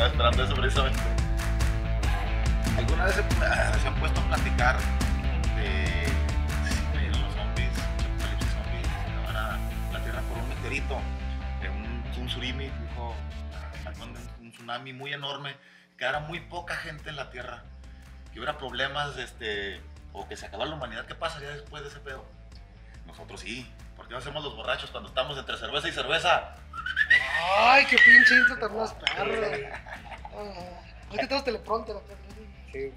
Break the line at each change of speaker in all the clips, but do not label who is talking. hablando de eso precisamente.
¿Alguna vez se, ah, se han puesto a platicar de sí, güey, los zombies, mucho apocalipsis zombie, se acabara la Tierra por un meteorito, de un, un tsunami, dijo Falcón, de un tsunami muy enorme, quedara muy poca gente en la Tierra, que hubiera problemas, este, o que se acabara la humanidad, ¿qué pasaría después de ese pedo? Nosotros sí, porque no hacemos los borrachos cuando estamos entre cerveza y cerveza.
Ay, qué pinche intro tan más perro, güey. Ah, Es que tenemos teleprompter, la perra.
Sí,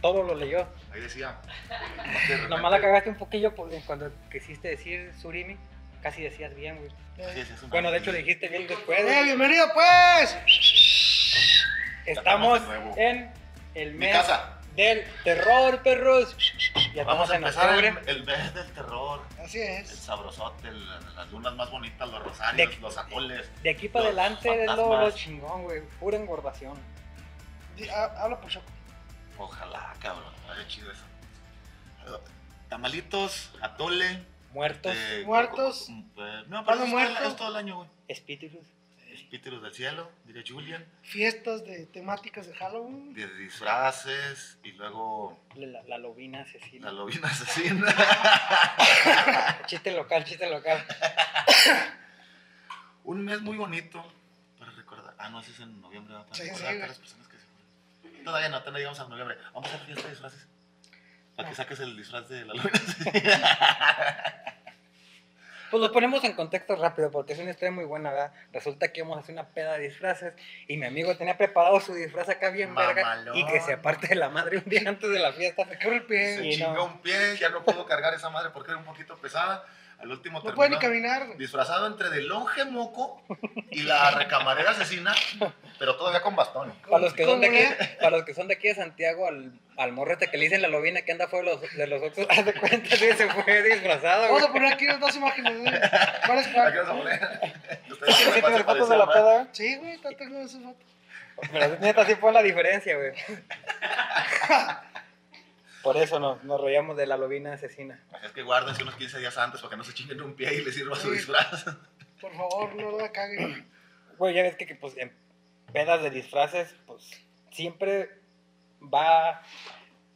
todo lo leyó.
Ahí decía.
Nomás la cagaste un poquillo por- en cuando quisiste decir surimi. Casi decías bien, güey.
Eh,
Bueno, de hecho le dijiste bien después.
eh,
güey.
bienvenido, pues.
Estamos
de nuevo.
en el
Mi
mes
casa.
del terror, perros. Ya
Vamos
estamos
a
en
empezar
octubre.
el, el mes del terror,
Así
el
es.
sabrosote, el- las lunas más bonitas, los rosarios,
De-
los atoles.
De aquí para
los
adelante es lo,
fantasmas.
lo chingón, güey. Pura engordación.
Di- ha- Habla por Choco.
Ojalá, cabrón, estaría chido eso. Tamalitos, atole.
Muertos,
eh,
Muertos.
co- co- eh, no,
Pan
pero es,
muerto.
muerto. es todo el año, güey.
espíritus.
Espíritus del cielo, diría Julian.
Fiestas de temáticas de Halloween.
De disfraces y luego
La, la- la lobina
la
asesina.
lobina asesina.
Chiste local, chiste local.
Un mes muy bonito para recordar. Ah, no, ese es en noviembre, ¿verdad? para
Sí,
recordar
sí,
a
güey.
las personas que se fueron. Todavía no, todavía llegamos a noviembre. Vamos a hacer fiesta de disfraces. Para que saques el disfraz de la lobina asesina.
Pues lo ponemos en contexto rápido porque es una historia muy buena, ¿verdad? Resulta que íbamos a hacer una peda de disfraces y mi amigo tenía preparado su disfraz acá bien verga
Mamalón.
y que se aparte de la madre un día antes de la fiesta.
Me quebra el pie.
se
Sí, no.
chingó un pie, ya no pudo cargar esa madre porque era un poquito pesada. Al último
No
terminó
puede ni caminar. güey.
disfrazado entre de longe moco y la recamarera asesina, pero todavía con bastón.
Para los, que
Con-
son de
con
aquí,
una-
para los que son de aquí de Santiago, al, al morrete que le dicen la lobina que anda fuera de los, de los Oxxos, haz de cuenta, sí, se fue disfrazado,
Vamos
güey.
a poner aquí las dos imágenes. güey. ¿Cuál es
¿A qué vas
cuál?
a poner? Ustedes
Sí,
saben cuál
tiene
se
fotos
parecía
de la
más.
peda,
Sí, güey, está tengo esos fotos.
pero neta sí fue la diferencia, güey. Por eso nos, nos rollamos de la lobina asesina.
Es que guárdense unos 15 días antes para que no se chinguen un pie y les sirva su
Sí.
disfraz.
Por favor, no la caguen.
Güey, ya ves que, que, pues en pedas de disfraces, pues siempre va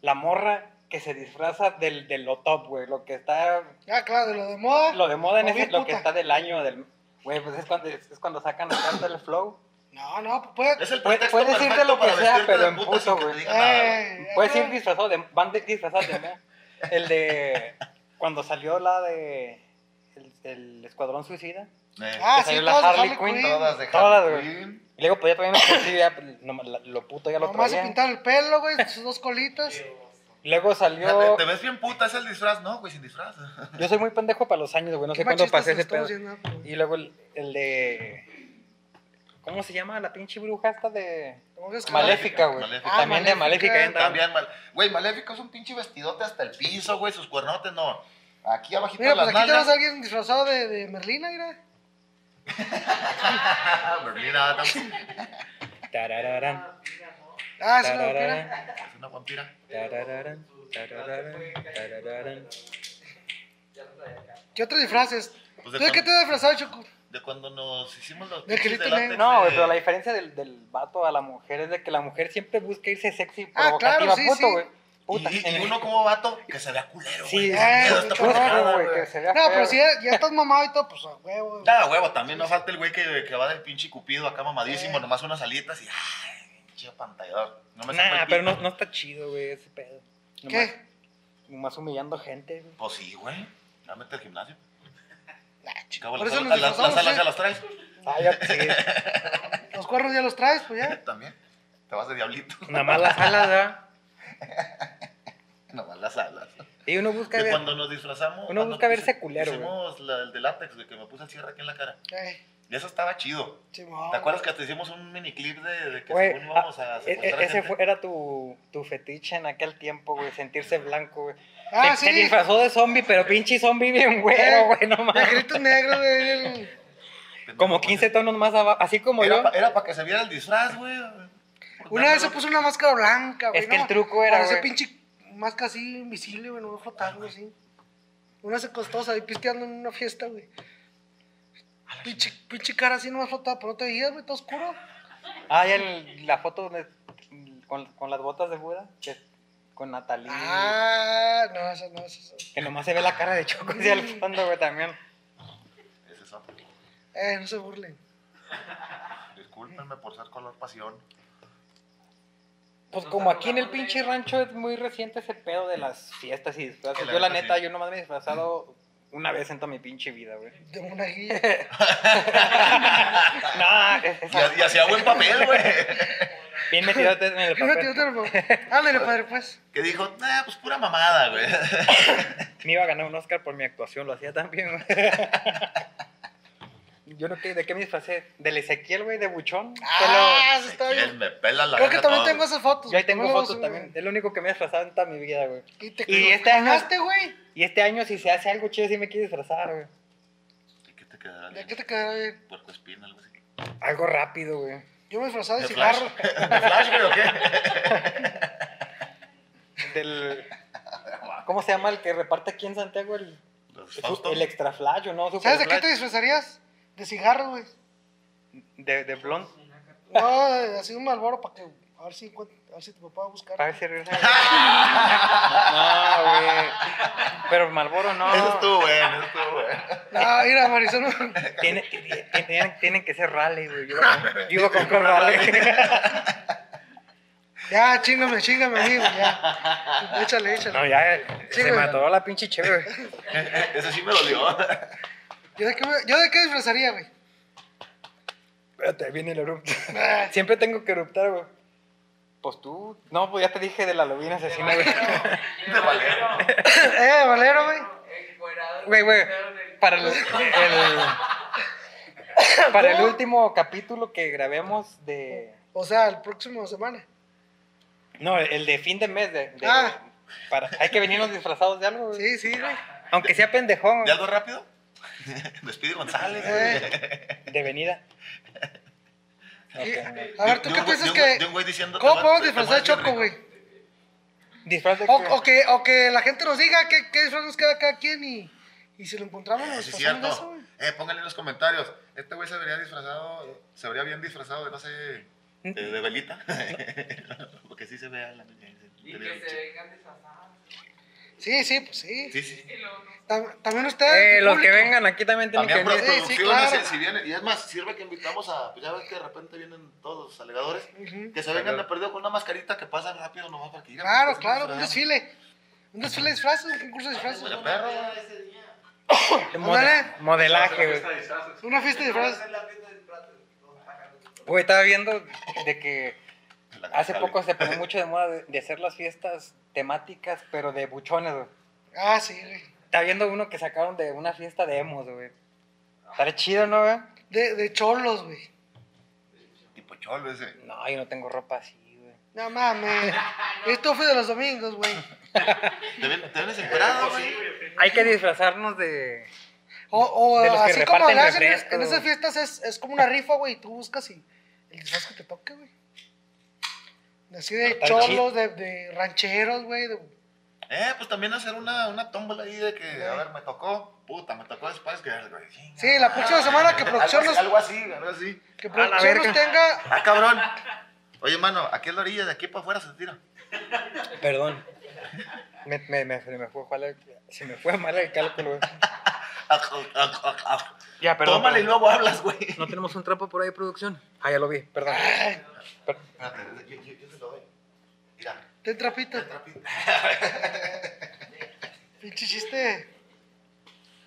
la morra que se disfraza del, de lo top, güey. Lo que está,
Ah, claro, de lo de moda.
lo de moda en
Moví
ese, lo que
puta.
está del año, del... Güey, pues es cuando, es cuando sacan la carta del flow.
No, no, pues.
Es el
Puede-
pretexto
puede decirte
perfecto
lo que
para
sea,
vestirte
pero
de
en
puta
puto,
sin que te
güey.
digan nada, güey.
Eh,
Puedes ir
ah,
Pues, disfrazado de... Van de- disfrazados de moda. El de... Cuando salió la de... El, el Escuadrón Suicida.
Eh,
Ah,
que
sí,
salió la
todas de
Harley
Harley
Quinn.
Quinn.
Todas de
Todas,
Harley
güey.
Quinn.
Y luego, pues ya traían un cursillo, ya, pues, nomás la- lo puto ya lo
Nomás se
traían.
pintaron el pelo, güey, sus dos colitas.
Luego
Fíjate,
salió...
Te ves bien puta, es el disfraz, ¿no? Güey, sin disfraz.
Yo soy muy pendejo para los años, güey. No
Qué
sé cuándo
machistas
pasé ese pedo.
estamos siendo, güey.
Y luego el, el de. ¿Cómo se llama? La pinche bruja esta de.
Como que es-
Maléfica, güey.
Maléfica.
También de
Ah,
Maléfica.
Maléfica.
ya andaba.
También, mal- güey, Maléfico es un pinche vestidote hasta el piso, güey, sus cuernotes, no. Aquí abajito
Mira,
de
pues
las
aquí tenemos
nalgas.
a alguien disfrazado de, de Merlina, mira.
Ah, Merlina Adams,
Tarararán,
Ah, es una vampira.
tarararán,
es una vampira.
tarararán, tarararán, tarararán.
¿Qué otros disfraces?
Pues
¿Tú
de,
de qué
cuan-
te has disfrazado, Choco?
de cuando nos hicimos los
De
pinches
Cristo
látex,
Negro.
No, güey,
eh,
pero la diferencia del, del vato a la mujer es de que la mujer siempre busca irse sexy,
Ah,
provocativa,
claro, sí,
puto,
sí.
güey. Puta,
y, y- y
en el-
uno como vato que se vea culero, güey.
Sí,
Sin
eh,
miedo,
de
está
hecho, no,
forrado,
güey,
güey.
que se vea
No, pero
feo.
si ya, ya estás mamado y todo, pues a huevo. güey.
Da huevo, también no falta el güey que, que va del pinche cupido acá mamadísimo,
Eh.
nomás unas alitas y ay, pinche pantallador. No me saco
Nah,
el
pero no,
pito.
no está chido, güey, ese pedo. Nomás,
¿Qué?
nomás humillando gente, güey.
Pues sí, güey. Ya mete al gimnasio.
Ah, chica,
Cabo,
Por
las
eso
alas, las,
nos
las
disfrazamos,
¿eh?
alas ya
¿sí?
las traes.
Ah, ya, sí.
Los cuernos ya los traes, pues ya.
También. Te vas de diablito.
Nada más las alas, ¿verdad?
Nomás las alas.
Y uno busca
De
ver-
cuando nos disfrazamos.
Uno
cuando
busca verse
hici-
culero, güey.
Hicimos la- el de látex, de que me puse el cierre aquí en la cara.
Eh,
Y eso estaba chido.
Simón.
¿Te acuerdas que te hicimos un miniclip de, de que
Güey,
según íbamos a
ah, e- e-
secuestrar
ese
gente?
fue- era tu, tu fetiche en aquel tiempo, güey, sentirse blanco, güey.
Ah,
se, se
sí.
disfrazó de zombie, pero pinche zombie bien
Eh,
güero, güey, no
De
mames.
gritos negros, güey. el-
Pendejo,
Como
güey.
15 tonos más abajo, así como
Era
yo.
pues, pa- Era para que se viera el disfraz, güey.
Una vez se puso una máscara blanca, güey.
Es que el
no,
truco era,
Esa
güey.
pinche máscara así invisible, güey, no va a flotar, güey, así. Una se costosa ahí pisteando en una fiesta, güey. Pinche, pinche cara así no va a flotar, pero no te veías, güey, todo oscuro.
Ah, y el- la foto donde, con, con las botas de Buda, que- con Natalie.
Ah, no, eso no, eso. eso.
Que nomás se ve la cara de Choco hacia el fondo, güey, también.
Ese es otro.
Eh, no se burlen.
Discúlpenme por ser color pasión.
Pues como aquí en el pinche rancho es muy reciente ese pedo de las fiestas y disfraces. Yo la neta, yo nomás me he disfrazado una vez en toda mi pinche vida, güey.
De una guía.
no, es, es-
Y, ha- y hacía buen papel, güey.
bien metido en el
Yo no te
papel.
otro. Ándale, padre, pues.
Que dijo, nah, pues pura mamada, güey.
Me iba a ganar un Oscar por mi actuación, lo hacía también, güey. Yo no qué, ¿de qué me disfracé? Del Ezequiel, güey, de buchón. Te lo-
Ah, eso está
Él
bien.
me pela la
Creo que
verga
también
todo.
tengo esas fotos.
Yo ahí tengo
No las voy a
fotos
subir.
también. Es lo único que me he disfrazado en toda mi vida, güey.
Y te
Y este año-
cagaste, güey.
Y este año, si se hace algo chido, sí me quiero disfrazar, güey.
¿Y qué te quedará?
¿De qué te quedará bien?
Puerco espina, algo así.
Algo rápido, güey.
Yo me disfrazaba de
¿De Flash?
cigarro.
¿De Flash, güey, o qué?
Del. ¿Cómo se llama el que reparte aquí en Santiago? El,
Los Fausto.
el extra flash, ¿o no? Super
¿Sabes de qué
flash.
te disfrazarías? De cigarro, güey.
De, de blond.
No, así un malboro para que. A ver si, encuent- a ver si tu papá va a buscar.
Para ver si regresa. No, güey. Pero Malboro no.
Eso estuvo bueno, eso estuvo bueno.
No, mira, Marisol. no.
Tiene- tiene- tienen, tienen que ser rally, güey. Yo, iba- yo iba a comprar rally.
Ya, chingame, chingame, amigo, ya. Échale, échale.
No, ya. eh,
Sí,
se
güey.
me atoró la pinche chévere.
Eso sí me dolió.
¿Yo de qué, me- yo de qué disfrazaría, güey?
Espérate, viene el erupto. Siempre tengo que eruptar, güey. Pues tú. No, pues ya te dije de la lobina asesina, güey.
De Valero.
eh, Valero, güey.
Güey, güey. Para el, el- para el último capítulo que grabemos de.
O sea, el próximo semana.
No, el de fin de mes. De, de-
Ah.
para, hay que venirnos disfrazados de algo, güey.
Sí, sí, güey.
Aunque sea pendejón,
¿De algo rápido? Despide González,
Eh,
güey.
de venida. Ok.
A ver, ¿tú
De- de
qué
un güey-
piensas
de un güey-
que.
de un güey diciendo, te
¿Cómo
va-
podemos
te- te
disfrazar a
mueres bien
Choco,
rico?
güey?
Disfraz de.
O, o que, o que la gente nos diga qué, qué disfraz nos queda cada quien y, y si lo encontramos, nos
Sí, es
disfrazamos de eso,
cierto.
güey.
Eh, pónganle en los comentarios. Este güey se vería disfrazado, se vería bien disfrazado de, no sé, de, de velita. Porque sí se vea la
Y que se vengan disfrazados.
Sí, sí, pues sí.
Sí, sí.
Y luego no
Tam- también ustedes.
Eh,
el
los que
público.
vengan aquí también tienen
También
que venir.
Sí, sí,
producción,
claro.
si, si vienen, y es más, sirve que invitamos a, pues ya ves que de repente vienen todos los alegadores,
Ujú.
que se vengan de perdido con una mascarita que pasan rápido nomás para que lleguen.
Claro, claro, un desfile. Un desfile de disfraces, un concurso
Ah,
de disfraces.
De perro.
Mode-
Ándale.
modelaje, güey.
Una fiesta de disfraces.
es la fiesta de disfraces. no, sacan los-
Güey, estaba viendo de que
La-
hace
la-
poco se puso mucho de moda de, de hacer las fiestas temáticas, pero de buchones, güey.
Ah, sí, güey.
Estaba viendo uno que sacaron de una fiesta de emos, güey. Estaría chido, ¿no, güey?
De, de cholos, güey.
Tipo cholo ese.
No, yo no tengo ropa así, güey.
No mames. Esto fue de los domingos, güey.
Te ven, te ven desesperado, güey.
Hay que disfrazarnos de.
O, o
De los que
así como
reparten
hablas en,
refresco.
en esas fiestas es, es como una rifa, güey. y Tú buscas y el disfraz que te toque, güey. Así de
Está chido.
cholos, de, de rancheros, güey. de-
Eh, pues también hacer una, una tómbola ahí de que, a
Ok.
ver, me tocó, puta, me tocó Spice Girls, güey. Chinga.
Sí, la próxima semana que producción
Algo
nos,
así, algo así, algo así.
que
la
producción nos
verga.
tenga.
Ah, cabrón. Oye, mano, aquí es la orilla, de aquí para afuera se tira.
Perdón. Me, me, me- se, me fue, mal el- se me fue mal el cálculo, güey. Ya,
Tómale y luego hablas, güey.
No tenemos un trapo por ahí de producción. Ah, ya lo vi, perdón. Per-
Espérate, yo, yo, yo te lo doy. Mira,
Ten trapito.
el trapito.
Pinche chiste.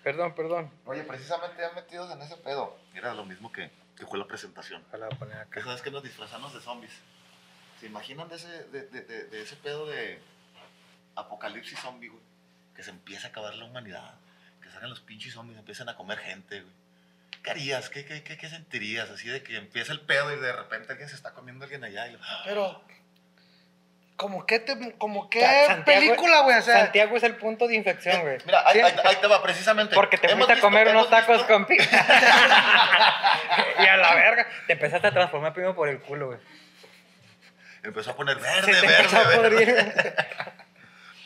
perdón, perdón.
Oye, precisamente ya metidos en ese pedo. Era lo mismo que, que fue la presentación.
Ojalá Ah, voy a poner
Que
acá.
sabes que nos disfrazamos de zombies. ¿Se imaginan de ese, de, de- de- de ese pedo de apocalipsis zombie, güey? Que se empieza a acabar la humanidad. Que salgan los pinches zombies, empiezan a comer gente, güey. ¿Qué harías? ¿Qué, qué, qué, qué sentirías? Así de que empieza el pedo y de repente alguien se está comiendo a alguien allá. Y ¡Ah! lo-
Pero. Como que te, como que
Santiago-
película, güey. O sea,
Santiago es el punto de infección, güey.
Mira, ahí,
Sí,
ahí- ahí te va, precisamente.
Porque te
Hemos
fuiste a
visto-
comer unos
hemos
tacos
visto-
con pizza. y a la verga. Te empezaste a transformar primero por el culo, güey.
Empezó a poner verde,
Se te empezó a
verde, verde.
podrir.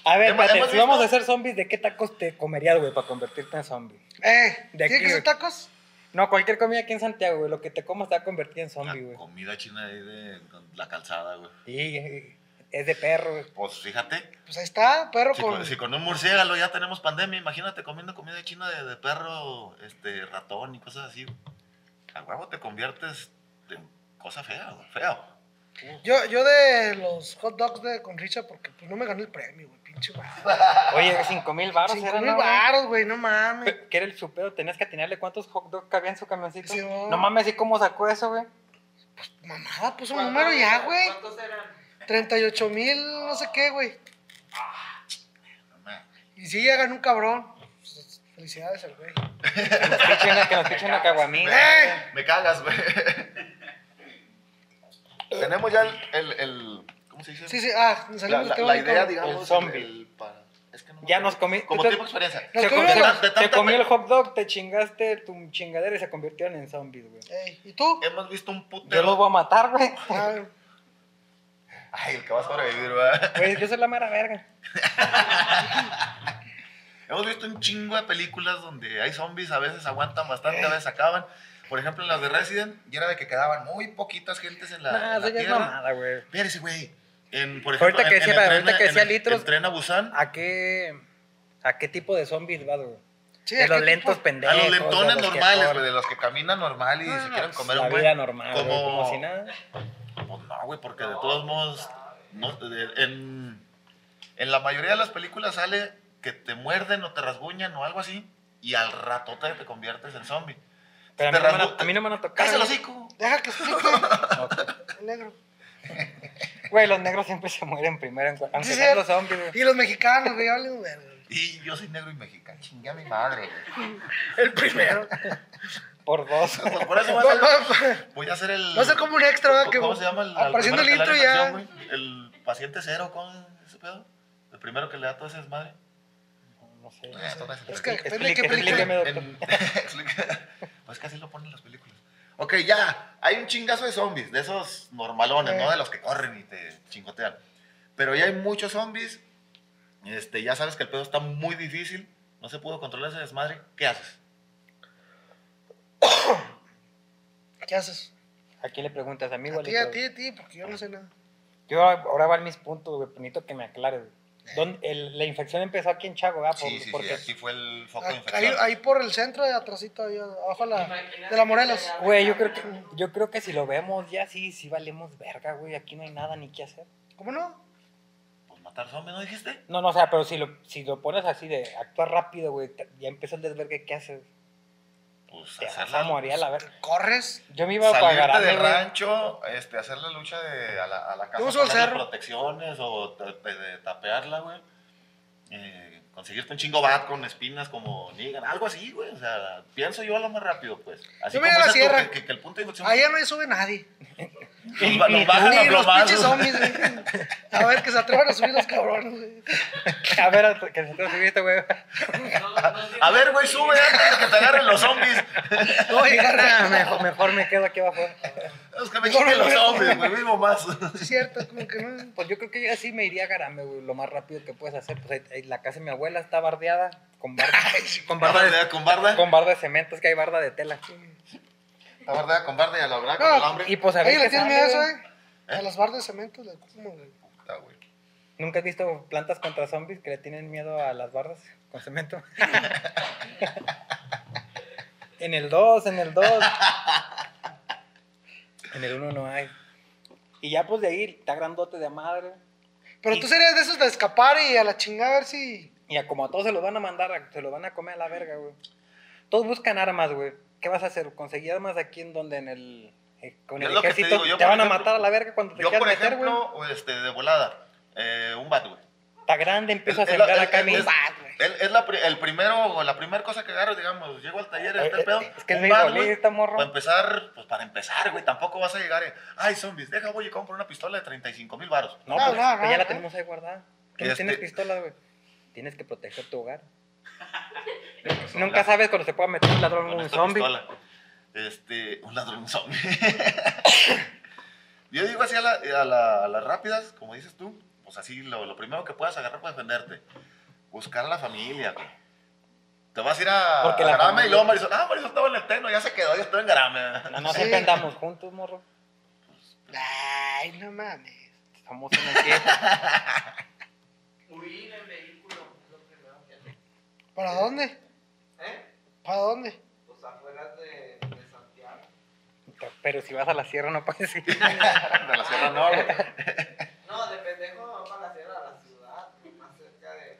A ver,
Hemos-
espérate,
hemos
si vamos
visto-
a ser zombies, ¿de qué tacos te comerías, güey, para convertirte en zombie?
eh,
De
¿tiene
aquí,
que ser
güey.
tacos?
No, cualquier comida aquí en Santiago, güey. Lo que te comas te va a convertir en zombie, güey.
La comida china ahí de con la calzada, güey.
Sí, es de perro, güey.
Pues fíjate,
Pues ahí está, perro
si
con.
con, si con un murciélago ya tenemos pandemia, imagínate comiendo comida china de, de perro, este, ratón y cosas así. güey. A huevo te conviertes en cosa fea, güey, feo.
Yo, yo de los hot dogs de con Richa, porque pues no me gané el premio, güey, pinche güey.
Oye, 5 mil baros
Cinco
eran,
mil
¿no, güey?
baros, güey, no mames.
Pe- que era el chupeo, tenías que atinarle cuántos hot dogs cabían en su camioncito.
Sí, no.
no mames, ¿y cómo sacó eso, güey?
Mamada, puso un número ya, güey. 38 mil, no sé qué, güey.
Ah, No mames.
Y si ya ganó un cabrón. Pues, felicidades al güey.
Que nos piche una, que nos piche una caguamita.
¡Eh!
Me cagas, güey. Tenemos ya el, el, el- ¿Cómo se dice?
Sí, sí, ah, nos
la, la-
salimos del tema
la
del
idea,
cabrón.
digamos.
El zombie.
para- es que no me
Ya
acuerdo.
nos comí.
Como
tú-
tipo experiencia.
Nos
Se
comimos-
comió,
de tan- de
se
tanta-
comió el hot dog, te chingaste tu chingadera y se convirtieron en zombies, güey.
Ey, ¿Y tú?
Hemos visto un
Yo los
putero.
voy a matar, güey.
Ah,
Ay, el que va a sobrevivir, ¿verdad?
Güey, yo soy la mera verga.
Hemos visto un chingo de películas donde hay zombies, a veces aguantan bastante, a veces acaban. Por ejemplo, en las de Resident, y era de que quedaban muy poquitas gentes en la,
Nah,
en la
eso ya es
tierra.
mamada, güey.
Espérese, güey. En, por ejemplo,
Ahorita que
en- en
decía-
el tren-
ahorita que
en
decía
el-
litros-
en tren a Busan,
¿A qué, ¿A qué tipo de zombies vas, güey?
sí, pues,
de
¿a
los
qué
lentos
tipo?
a
pendejos.
los
de
lentones
los que
normales,
corren,
güey, de los que caminan normal y
No,
se
no,
quieren
no,
comer
la
un buen.
vida normal, güey,
como-
como si nada.
Pues no, güey, porque de todos modos, no, de- en, en la mayoría de las películas sale que te muerden o te rasguñan o algo así, y al rato te, te conviertes en zombie.
Pero a mí,
Te
no me van
rasgu-
a, a mí no me van a tocar.
¡Cállese el
güey.
hocico!
Deja que explique
No.
el negro.
Güey, los negros siempre se mueren primero, en cu- aunque
Sí,
sean
cierto.
los zombies, güey.
Y los mexicanos, güey, vale un verga. güey.
Y yo soy negro y mexicano, chingue a mi madre, güey.
El primero.
Por dos.
Pues por eso voy
No,
a hacer,
no,
voy a hacer el...
va a ser como un extra, ¿verdad? Que
¿Cómo se llama? El,
Apareciendo el
primero que le
intro
da la
ya.
infección, güey? El paciente cero, con ese pedo? El primero que le da todo ese desmadre.
No sé.
Eh, todo ese
Es que
desmadre.
depende de qué
Explique-
película.
explíqueme. doctor.
En- Explica. pues casi lo ponen en las películas. Ok, ya. Hay un chingazo de zombies, de esos normalones,
Eh.
¿no? De los que corren y te chingotean. Pero ya hay muchos zombies. Este, ya sabes que el pedo está muy difícil. No se pudo controlar ese desmadre. ¿Qué haces?
¿Qué haces?
¿A quién le preguntas? ¿A mí,
A
güey?
ti, a ti, a ti, porque yo no sé nada.
Yo ahora van mis puntos, güey. Necesito que me aclares, güey.
Eh.
¿Dónde- el- la infección empezó aquí en Chago, ¿verdad? Por-
Sí, sí, sí.
porque-
Aquí fue el foco de
Ah, Ahí,
infección.
ahí por el centro, de atrásito, ahí abajo de la, Ah, de la Morelos.
Güey, yo creo que yo creo que si lo vemos ya sí, sí valemos verga, güey. Aquí no hay nada ni qué hacer.
¿Cómo no?
Pues matar zombies, ¿no dijiste?
No, no, o sea, pero si lo, si lo pones así de actuar rápido, güey, te- ya empezó el desvergue, ¿qué haces?
Pues
Te
hacer
vas
la pues
a morir a la verga.
Corres.
Yo me iba a
Salirte
pagar.
del rancho, este, hacer la lucha de, a, la, a la casa,
Vamos al
ponerle
cerro.
protecciones o ta- pe- de tapearla, güey. Eh, conseguirte un chingo bat con espinas como Negan, algo así, güey. O sea, pienso yo a lo más rápido, pues. Así
Yo me
como
voy a la
dices tú,
sierra.
que, que- que el punto de infección
Allá no sube nadie.
los, ba- los bajan a
Ni los
plomazo.
pinches zombies, güey. A ver, que se atrevan a subir los cabrones, güey.
A ver, a- este que se te subiste, güey.
A ver, güey, sube antes de que te agarren los zombies.
No va a llegar
Ah,
a...
mejor, mejor me quedo aquí abajo.
Es que me quiten los zombies, güey, mismo más.
Es cierto, como que no...
Pues yo creo que yo así me iría a Garame, güey, lo más rápido que puedes hacer. Pues ahí- ahí la casa de mi abuela está bardeada con barda, con barda, de,
Tabardea con barda.
con barda de cemento, es que hay barda de tela.
Tabardea con barda y a la verdad con
No,
el hambre.
Y pues a ver
Oye, ¿le
qué
tienes miedo
sale,
a eso,
güey.
güey? A las barras de cemento, de cómo, güey.
Puta, güey.
¿Nunca has visto plantas contra zombies que le tienen miedo a las bardas con cemento? en el 2, en el 2. En el 1 no hay. Y ya pues de ahí, está grandote de madre.
Pero tú serías de esos de escapar y a la chingada a ver si...
Y a como a todos se los van a mandar, a- se los van a comer a la verga, güey. Todos buscan armas, güey. ¿Qué vas a hacer? ¿Conseguir armas aquí en donde en el... eh, con
Es
el
lo que te
ejército
digo, yo,
te
por
van a
ejemplo-
matar a la verga cuando te
Yo,
quieras
por
meter, güey.
ejemplo, este, de volada, eh, un bat, güey.
Está grande, empieza a
Es- es la-
sembrar
es-
acá
es-
mi...
es-
Ah,
El- es la pri- el primero, o la primera cosa que agarro, digamos, llego al taller, este
Eh, eh,
pedo.
es que es
un
mi
bar,
rolita,
güey,
morro.
Para empezar, pues para empezar, güey, tampoco vas a llegar, eh, ay, zombies, deja, voy y compro una pistola de 35 mil baros.
No,
No, pues,
no,
pues
no,
ya
no.
la tenemos ahí guardada. Tú no
Este-
tienes pistola, güey. Tienes que proteger tu hogar. Nunca sabes cuando se pueda meter un ladrón o
Con
un
esta
zombie.
pistola. Este, un ladrón zombie. Yo digo así a, la- a la- a las rápidas, como dices tú, pues así lo, lo primero que puedas agarrar para defenderte. Buscar a la familia, güey. Te- Te vas a ir a,
Porque la
a Garame
familia-
y luego Marisol, ah, Marisol estaba en el Teno, ya se quedó, yo estoy en Garame.
No, no,
Sí.
siempre andamos juntos, morro.
Ay, no mames.
Estamos en el tiempo.
Huir en vehículo, es lo primero que hace.
¿Para dónde?
¿Eh?
¿Para dónde?
Los Pues afueras de, de Santiago.
Pero si vas a la sierra no puedes ir.
De la Sierra no, güey.
No, de pendejo para la sierra, a la ciudad, más cerca de.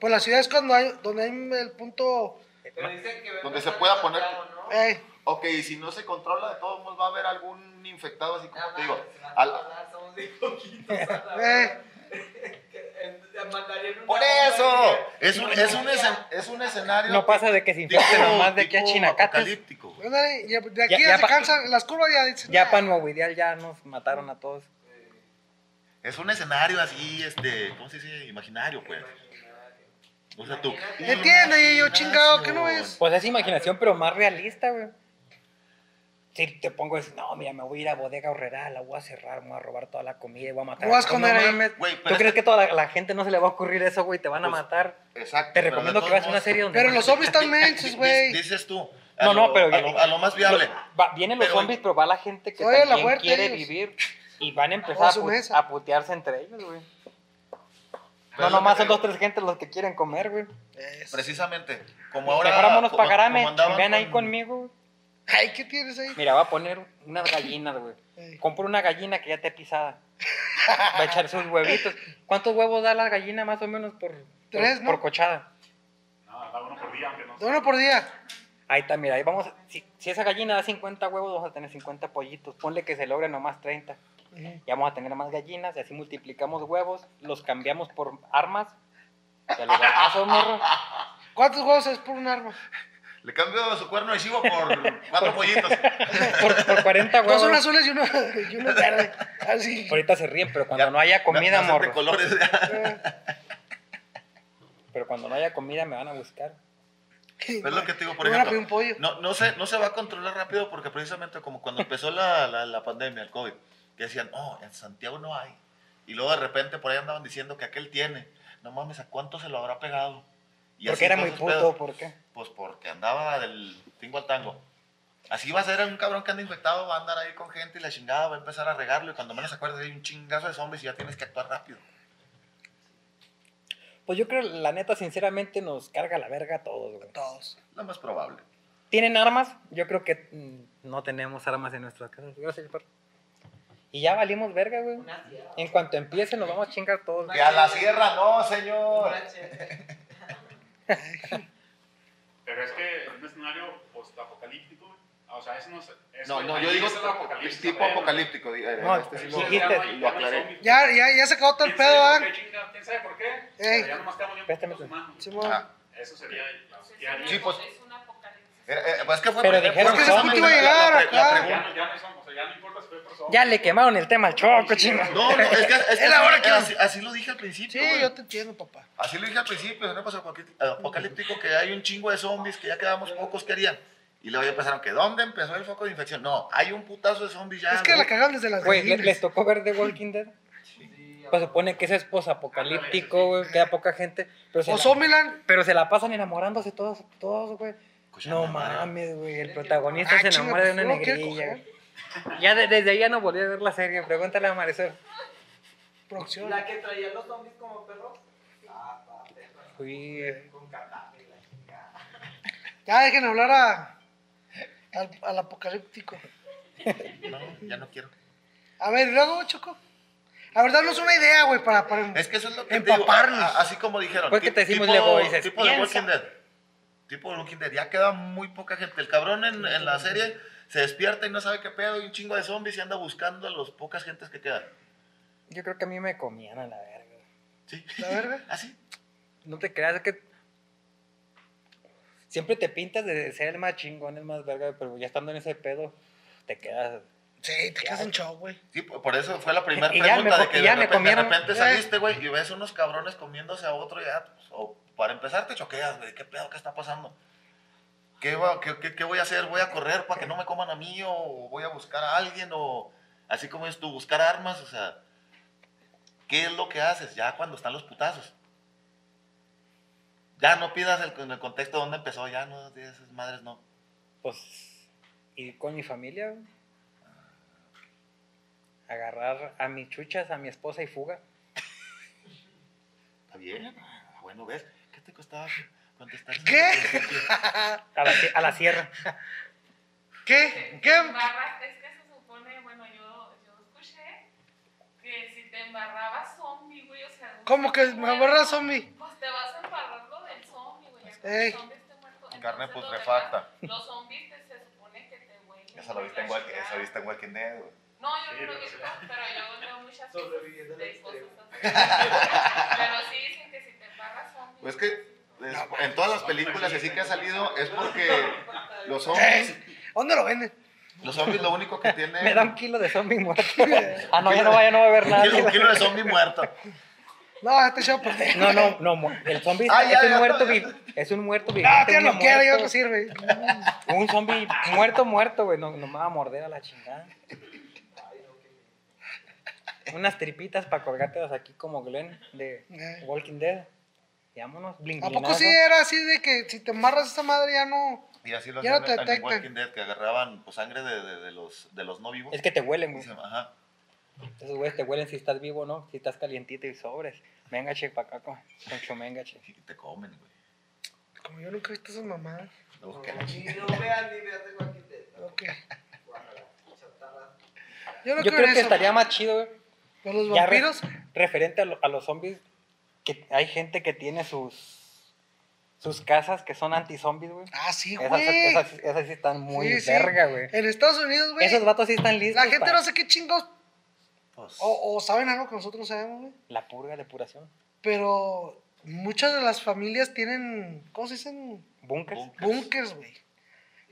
Pues la ciudad es cuando hay, donde hay el punto.
Pero dicen que
Donde se
vengan
pueda
de
poner-
Santiago, ¿no?
eh,
Ok, y si no se controla, de todos modos va a haber algún infectado, así como
Nada,
te digo.
se van a
al-
hablar, somos de poquitos. a la
Eh.
vez. Que- eh, mandarían una
Por
bomba
eso,
de-
es un, es un, escen- es un escenario.
No pasa de que se
tipo-
infecten nomás de que a
tipo
chinacates.
apocalíptico, güey.
ándale, ya- de aquí
Ya-
ya,
ya
se
pa-
cansan, las curvas ya dicen.
Ya
"Ah,
para Nuevo Ideal ya nos mataron a todos.
Es un escenario así, este, ¿cómo se dice? Imaginario, pues. O sea, tú.
Entiende, yo, chingado, ¿qué no es?
Pues es imaginación, pero más realista, güey. Si te pongo a decir, no, mira, me voy a ir a bodega horrera, la voy a cerrar, me voy a robar toda la comida y voy a matar.
¿Cómo vas a
No
comer ahí?
mames.
Güey,
¿Tú
pero
crees que a toda la, la gente no se le va a ocurrir eso, güey? Te van a
Pues,
matar.
Exacto.
Te
pero de
recomiendo que
todos
veas una
modos,
serie donde.
Pero los zombies están mensos,
di-
güey.
di- Dices tú. a
No, no,
lo-
pero.
A lo, a lo más viable.
Va- vienen los
Pero-
zombies, pero va la gente que
Oye, la
también
huerta,
quiere
ellos.
vivir. Y van a empezar
Toda
a,
su
pu-
mesa.
a putearse entre ellos, güey.
Pero
No,
Pues es lo
nomás
que
son
te
dos,
digo,
tres gente los que quieren comer, güey.
Es-
Precisamente. Como ahora.
Mejor vámonos
como-
para Garame.
como andaban
Vean ahí
con-
conmigo.
Ay, ¿qué tienes ahí?
Mira, va a poner unas gallinas, güey.
Eh,
Compro una gallina que ya te pisada. Va a echar sus huevitos. ¿Cuántos huevos da la gallina más o menos por,
Tres,
por,
¿no?
por cochada?
No, da uno por día, aunque no.
de uno por día.
Ahí está, mira, ahí vamos. a- Si, si esa gallina da 50 huevos, vamos a tener 50 pollitos. Ponle que se logre nomás 30.
Ujú.
Ya vamos a tener más gallinas y así multiplicamos huevos, los cambiamos por armas. Ya le Ah, ganas, morro.
¿Cuántos huevos es por un arma?
Le cambio su cuerno de chivo por cuatro pollitos.
Por, por 40
Dos son
huevos.
azules y uno, y uno verde. Así.
Ahorita se ríen, pero cuando
Ya,
no haya comida,
Nacen de
morro.
colores.
Pero cuando no haya comida, me van a buscar.
Es lo que te digo, por
Me van a pedir
ejemplo.
un pollo.
No, no, se, no se va a controlar rápido porque precisamente como cuando empezó la, la, la pandemia, el COVID, que decían, oh, en Santiago no hay. Y luego de repente por ahí andaban diciendo que aquel tiene. No mames, ¿a cuánto se lo habrá pegado? Y así
Porque era
todos
muy
esos
puto,
pedos.
¿por qué?
Pues porque andaba del tingo al tango. Así va a ser un cabrón que anda infectado, va a andar ahí con gente y la chingada va a empezar a regarlo y cuando menos se acuerdes hay un chingazo de zombies y ya tienes que actuar rápido.
Pues yo creo, la neta, sinceramente, nos carga la verga a todos, güey.
Todos.
Lo más probable.
¿Tienen armas? Yo creo que mm, no tenemos armas en nuestras casas. Gracias, perro. Y ya valimos verga, güey.
Una sierra.
En cuanto empiece, nos vamos a chingar todos.
Que a la sierra no, señor.
Una chela.
Pero es que en un escenario postapocalíptico, Ah, o sea, eso no es.
No,
eso-
no,
ahí
yo digo
Este es el apocalipsis,
tipo
¿verdad?
apocalíptico. di- eh,
No,
este sí lo-
Sí, ya no
lo
hay- ya no hay
aclaré.
zombies.
Ya, ya, ya se acabó todo el
¿Quién
pedo, ¿ah?
sabe por
¿verdad?
qué, chinga? ¿Quién sabe por qué?
Ey.
Pero ya nomás quedamos bien
Préstame
poquitos
tu-
humanos.
Simón.
Ah,
Eso sería. ¿qué haría?
Sí, pues.
Es un apocalipsis.
Era- eh, pues es que fue
Pero
por-
dijeron
fue
que
por-
Zombie
la-
iba a
la-
llegar
la- la-
acá.
la
Ya
pregunta-
no, ya no hay zombies, o sea, ya no importa si fue por zombies.
Ya le quemaron el tema al choco,
Sí,
chinga.
no,
No, no, es que es que
Es la hora que-
así, así lo dije al
Sí,
principio. güey.
yo te entiendo, papá.
Así lo dije al principio, no pasó eh, apocalíptico que hay un chingo de zombies que ya quedamos pocos que harían. Y luego ya empezaron que ¿dónde empezó el foco de infección? No, hay un putazo de zombies ya.
Es que
güey.
la cagaron desde las
Güey, ¿le-
gallinas.
¿les tocó ver The Walking Dead?
Sí,
Pues supone que ese es posapocalíptico, güey. Queda poca gente. Pero se,
O
Pues
la,
Zombieland.
pero se la pasan enamorándose todos, todos, güey.
Escucha,
No
madre.
mames, güey. El protagonista
Ah,
se
chinga,
enamora de
pues,
una
no quiere
negrilla.
coger.
güey. Ya de- desde ahí ya no volví a ver la serie. Pregúntale a Marisol.
Producción.
La que traía los zombies como perros. Ah, está, perro.
Fui, eh,
Con catarro y la chingada.
Ya dejen hablar a, al, al apocalíptico.
No, ya no quiero.
A ver, luego, Choco. A ver, danos una idea, güey, para, para...
Es que eso es lo que
Empaparnos.
te digo, a- a- así como dijeron.
Pues que
ti-
te decimos
tipo-
luego, dices,
Tipo de
piensa.
Walking Dead. Tipo de Walking Dead. Ya queda muy poca gente. El cabrón en, en la serie se despierta y no sabe qué pedo. Y un chingo de zombies y anda buscando a los pocas gentes que quedan.
Yo creo que a mí me comían a la verga.
¿Sí?
La verga.
¿Así?
No te creas es que. Siempre te pintas de ser el más chingón, el más verga, pero ya estando en ese pedo, te quedas.
Sí, te quedas en show, güey.
Sí, por por eso fue la primera
Y ya
pregunta
me co-
de que
y
de
ya me
repente,
comieron.
de repente
Eh.
saliste, güey, y ves unos cabrones comiéndose a otro y ya, pues, o para empezar te choqueas, güey, qué pedo, qué está pasando. ¿Qué, va- qué, qué- qué voy a hacer? ¿Voy a correr para que no me coman a mí o voy a buscar a alguien o así como es tú, buscar armas? O sea, ¿qué es lo que haces ya cuando están los putazos? Ya no pidas el, el contexto de dónde empezó, ya no, de esas madres no.
Pues ir con mi familia. güey. Agarrar a mis chuchas, a mi esposa y fuga.
Está bien. Ah, Bueno, ves, ¿qué te costaba contestar?
¿Qué?
A la, sie- a la sierra.
¿Qué?
te
¿Eh? ¿Qué?
embarras- es que se supone, bueno, yo, yo escuché que si te embarrabas zombie, güey, o sea...
¿Cómo que me agarra
agarras
zombie?
Pues te vas a embarrar lo del zombie, güey. ya cuando
Ey.
el zombie esté muerto,
En carne pues,
entonces lo
putrefacta.
demás- Los zombies te- se supone que te huelen.
Eso lo viste en
la
Walking, eso
chingada.
viste en Walking Dead, güey.
No, yo
Sí,
no lo he
pero
visto,
sí.
pero yo veo muchas cosas
Sobreviviendo al
de
extremo.
cosas así. Pero sí dicen que si te embarras zombie...
Pues que- Es- en todas las películas así que ha salido es porque los zombies,
Eh, ¿Dónde lo venden?
los zombies lo único que tienen...
Me da un kilo de zombie muerto. Ah, no, ya no va, ya no va a haber
Un kilo, un
nada.
kilo de zombie muerto.
No, este show perdido.
No, no, no. mu- El zombie
Ah, ya,
es,
ya,
un muerto
ya.
vi- es un muerto
Ah,
viviente.
tío,
un
lo quiero, yo
muerto.
no sirve.
Un zombie muerto, muerto, güey. No, no me va a morder a la chingada. Unas tripitas para colgártelas aquí como Glenn de
Eh.
Walking Dead. Y vámonos, bling,
¿A poco
blingazo.
sí era así de que si te amarras esa madre ya no?
Y así lo
Ya
hacían
no te
en- en The
detectan.
Walking Dead, que agarraban pues, sangre de, de- de los, de los no vivos.
Es que te huelen,
Y
güey.
se- ajá.
Esos güeyes te huelen si estás vivo o no, si estás calientito y sobres. Venga, che, pa' acá, con con chumenga, che.
Y te comen, güey.
Como yo nunca he visto esas mamadas.
Luego
No,
que
Oh.
la
ni no vean ni vean de Walking Dead.
Ok.
Guácala, chatarra.
Yo no
Yo creo que
eso.
estaría más chido, güey,
¿Con los
ya re-
vampiros?
referente a, lo- a los zombies, que hay gente que tiene sus sus casas que son anti-zombies, güey.
Ah, sí,
Esas,
güey.
esas- esas sí están muy
Sí, sí.
verga, güey.
En Estados Unidos, güey.
Esos vatos sí están listos.
La gente
pa-
no sé qué chingados.
Pues,
O, o saben algo que nosotros no sabemos, güey.
La purga, depuración.
Pero muchas de las familias tienen. ¿Cómo se dicen?
Bunkers.
Bunkers.
Bunkers, güey.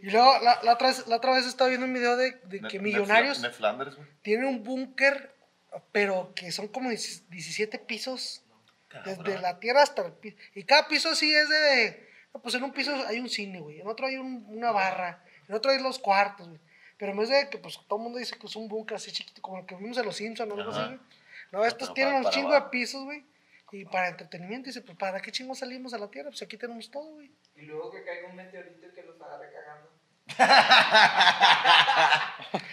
Y luego, la, la otra vez, la otra vez estaba viendo un video de, de
Ned-
que
Ned
millonarios
Fla- Ned Flanders, güey.
tienen un búnker, pero que son como 17 pisos. Desde
Cabrón.
la tierra hasta el piso. Y cada piso sí es de. no, Pues en un piso hay un cine, güey. En otro hay un- una barra. En otro hay los cuartos, güey. Pero en vez de que pues, todo el mundo dice que es un búnker así chiquito, como el que vimos en Los Simpsons o algo
Ajá.
así, güey. No, estos
pero
tienen
para-
un
para
chingo
abajo.
de pisos, güey. Y para entretenimiento, dice, pues ¿para qué chingo salimos a la tierra? Pues aquí tenemos todo, güey.
Y luego que caiga un meteorito y que los agarre cagando.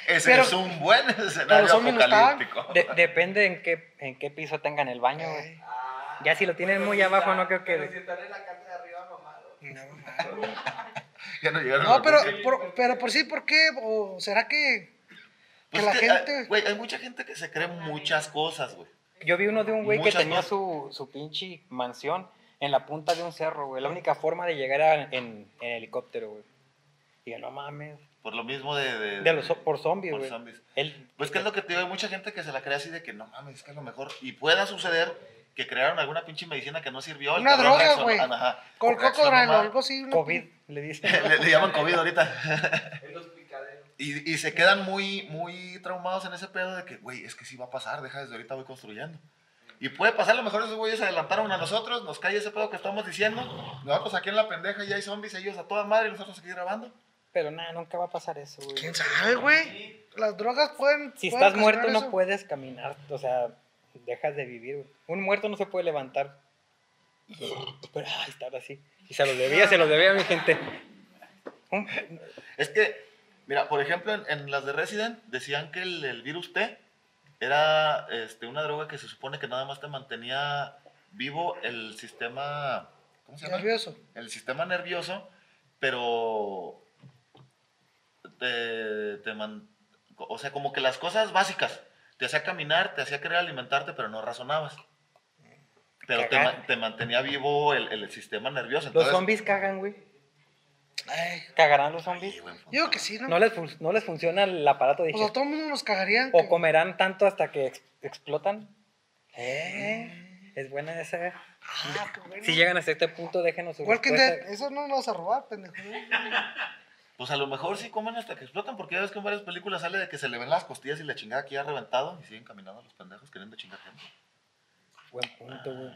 Ese
Pero-
es un buen
pero
escenario
son
apocalíptico.
De- depende en qué, en qué piso tengan el baño, güey.
Ay,
Ah,
Ya si lo tienen
pero
muy
si
abajo,
están-
no creo que-
Pero si están en la casa de arriba, mamado.
no, mamá.
Ya no llegaron a
No,
la
pero,
conclusión.
por- pero por sí, ¿por qué? ¿O será que.?
Pues
que la
es que,
gente-
ah, Güey, hay mucha gente que se cree muchas cosas, güey.
Yo vi uno de un güey que
Muchas
tenía
más.
su, su pinche mansión en la punta de un cerro, güey. La única forma de llegar era en, en helicóptero, güey. Y yo, no mames.
Por lo mismo de... De,
De los, por zombies,
por
güey.
zombies.
Él-
Pues que es lo que te digo, hay mucha gente que se la cree así de que no mames, es que es lo mejor. Y pueda suceder que crearon alguna pinche medicina que no sirvió. el
Una
cabrón
droga,
reaccionó-
güey.
ah, ajá.
Con
Reaccionó
cocodrilo o
mal.
algo así. una-
COVID, le dicen.
le, le llaman COVID ahorita.
En los picaderos.
Y, y se quedan muy, muy traumados en ese pedo de que, güey, es que sí va a pasar, deja desde ahorita voy construyendo. Y puede pasar, a lo mejor esos güeyes se adelantaron a nosotros, nos cae ese pedo que estamos diciendo. Nosotros aquí en la pendeja ya hay zombies, ellos a toda madre y nosotros aquí grabando.
Pero nada, nunca va a pasar eso, güey.
¿Quién sabe, güey?
Sí,
Las drogas pueden.
Si
pueden
estás muerto
ocasionar
no
eso.
puedes caminar, o sea, dejas de vivir. güey. Un muerto no se puede levantar. Pero, ay, estar así. Y se los debía, se los debía mi gente. Un-
Es que, mira, por ejemplo, en, en las de Resident decían que el, el virus T era este, una droga que se supone que nada más te mantenía vivo el sistema. ¿Cómo se llama?
Nervioso.
el sistema nervioso, pero te, te man- o sea, como que las cosas básicas, te hacía caminar, te hacía querer alimentarte, pero no razonabas. Pero te,
Cagar.
ma- te mantenía vivo el, el sistema nervioso.
los
Entonces,
zombies cagan, güey.
Ay,
¿Cagarán los
Sí,
zombies?
buen punto.
yo que sí, ¿no?
No Pues, les, fun- no les funciona el aparato
o sea,
digestivo.
todo el mundo nos cagaría.
O
que-
comerán tanto hasta que ex- explotan. Eh, es buena esa.
Ah, qué bueno.
Si llegan hasta este punto, déjenos su
Walking
respuesta.
Dead, eso no lo vas a robar, pendejo.
Pues a lo mejor sí comen hasta que explotan, porque ya ves que en varias películas sale de que se le ven las costillas y la chingada aquí ha reventado y siguen caminando los pendejos queriendo chingar gente. Ah,
Buen punto, güey.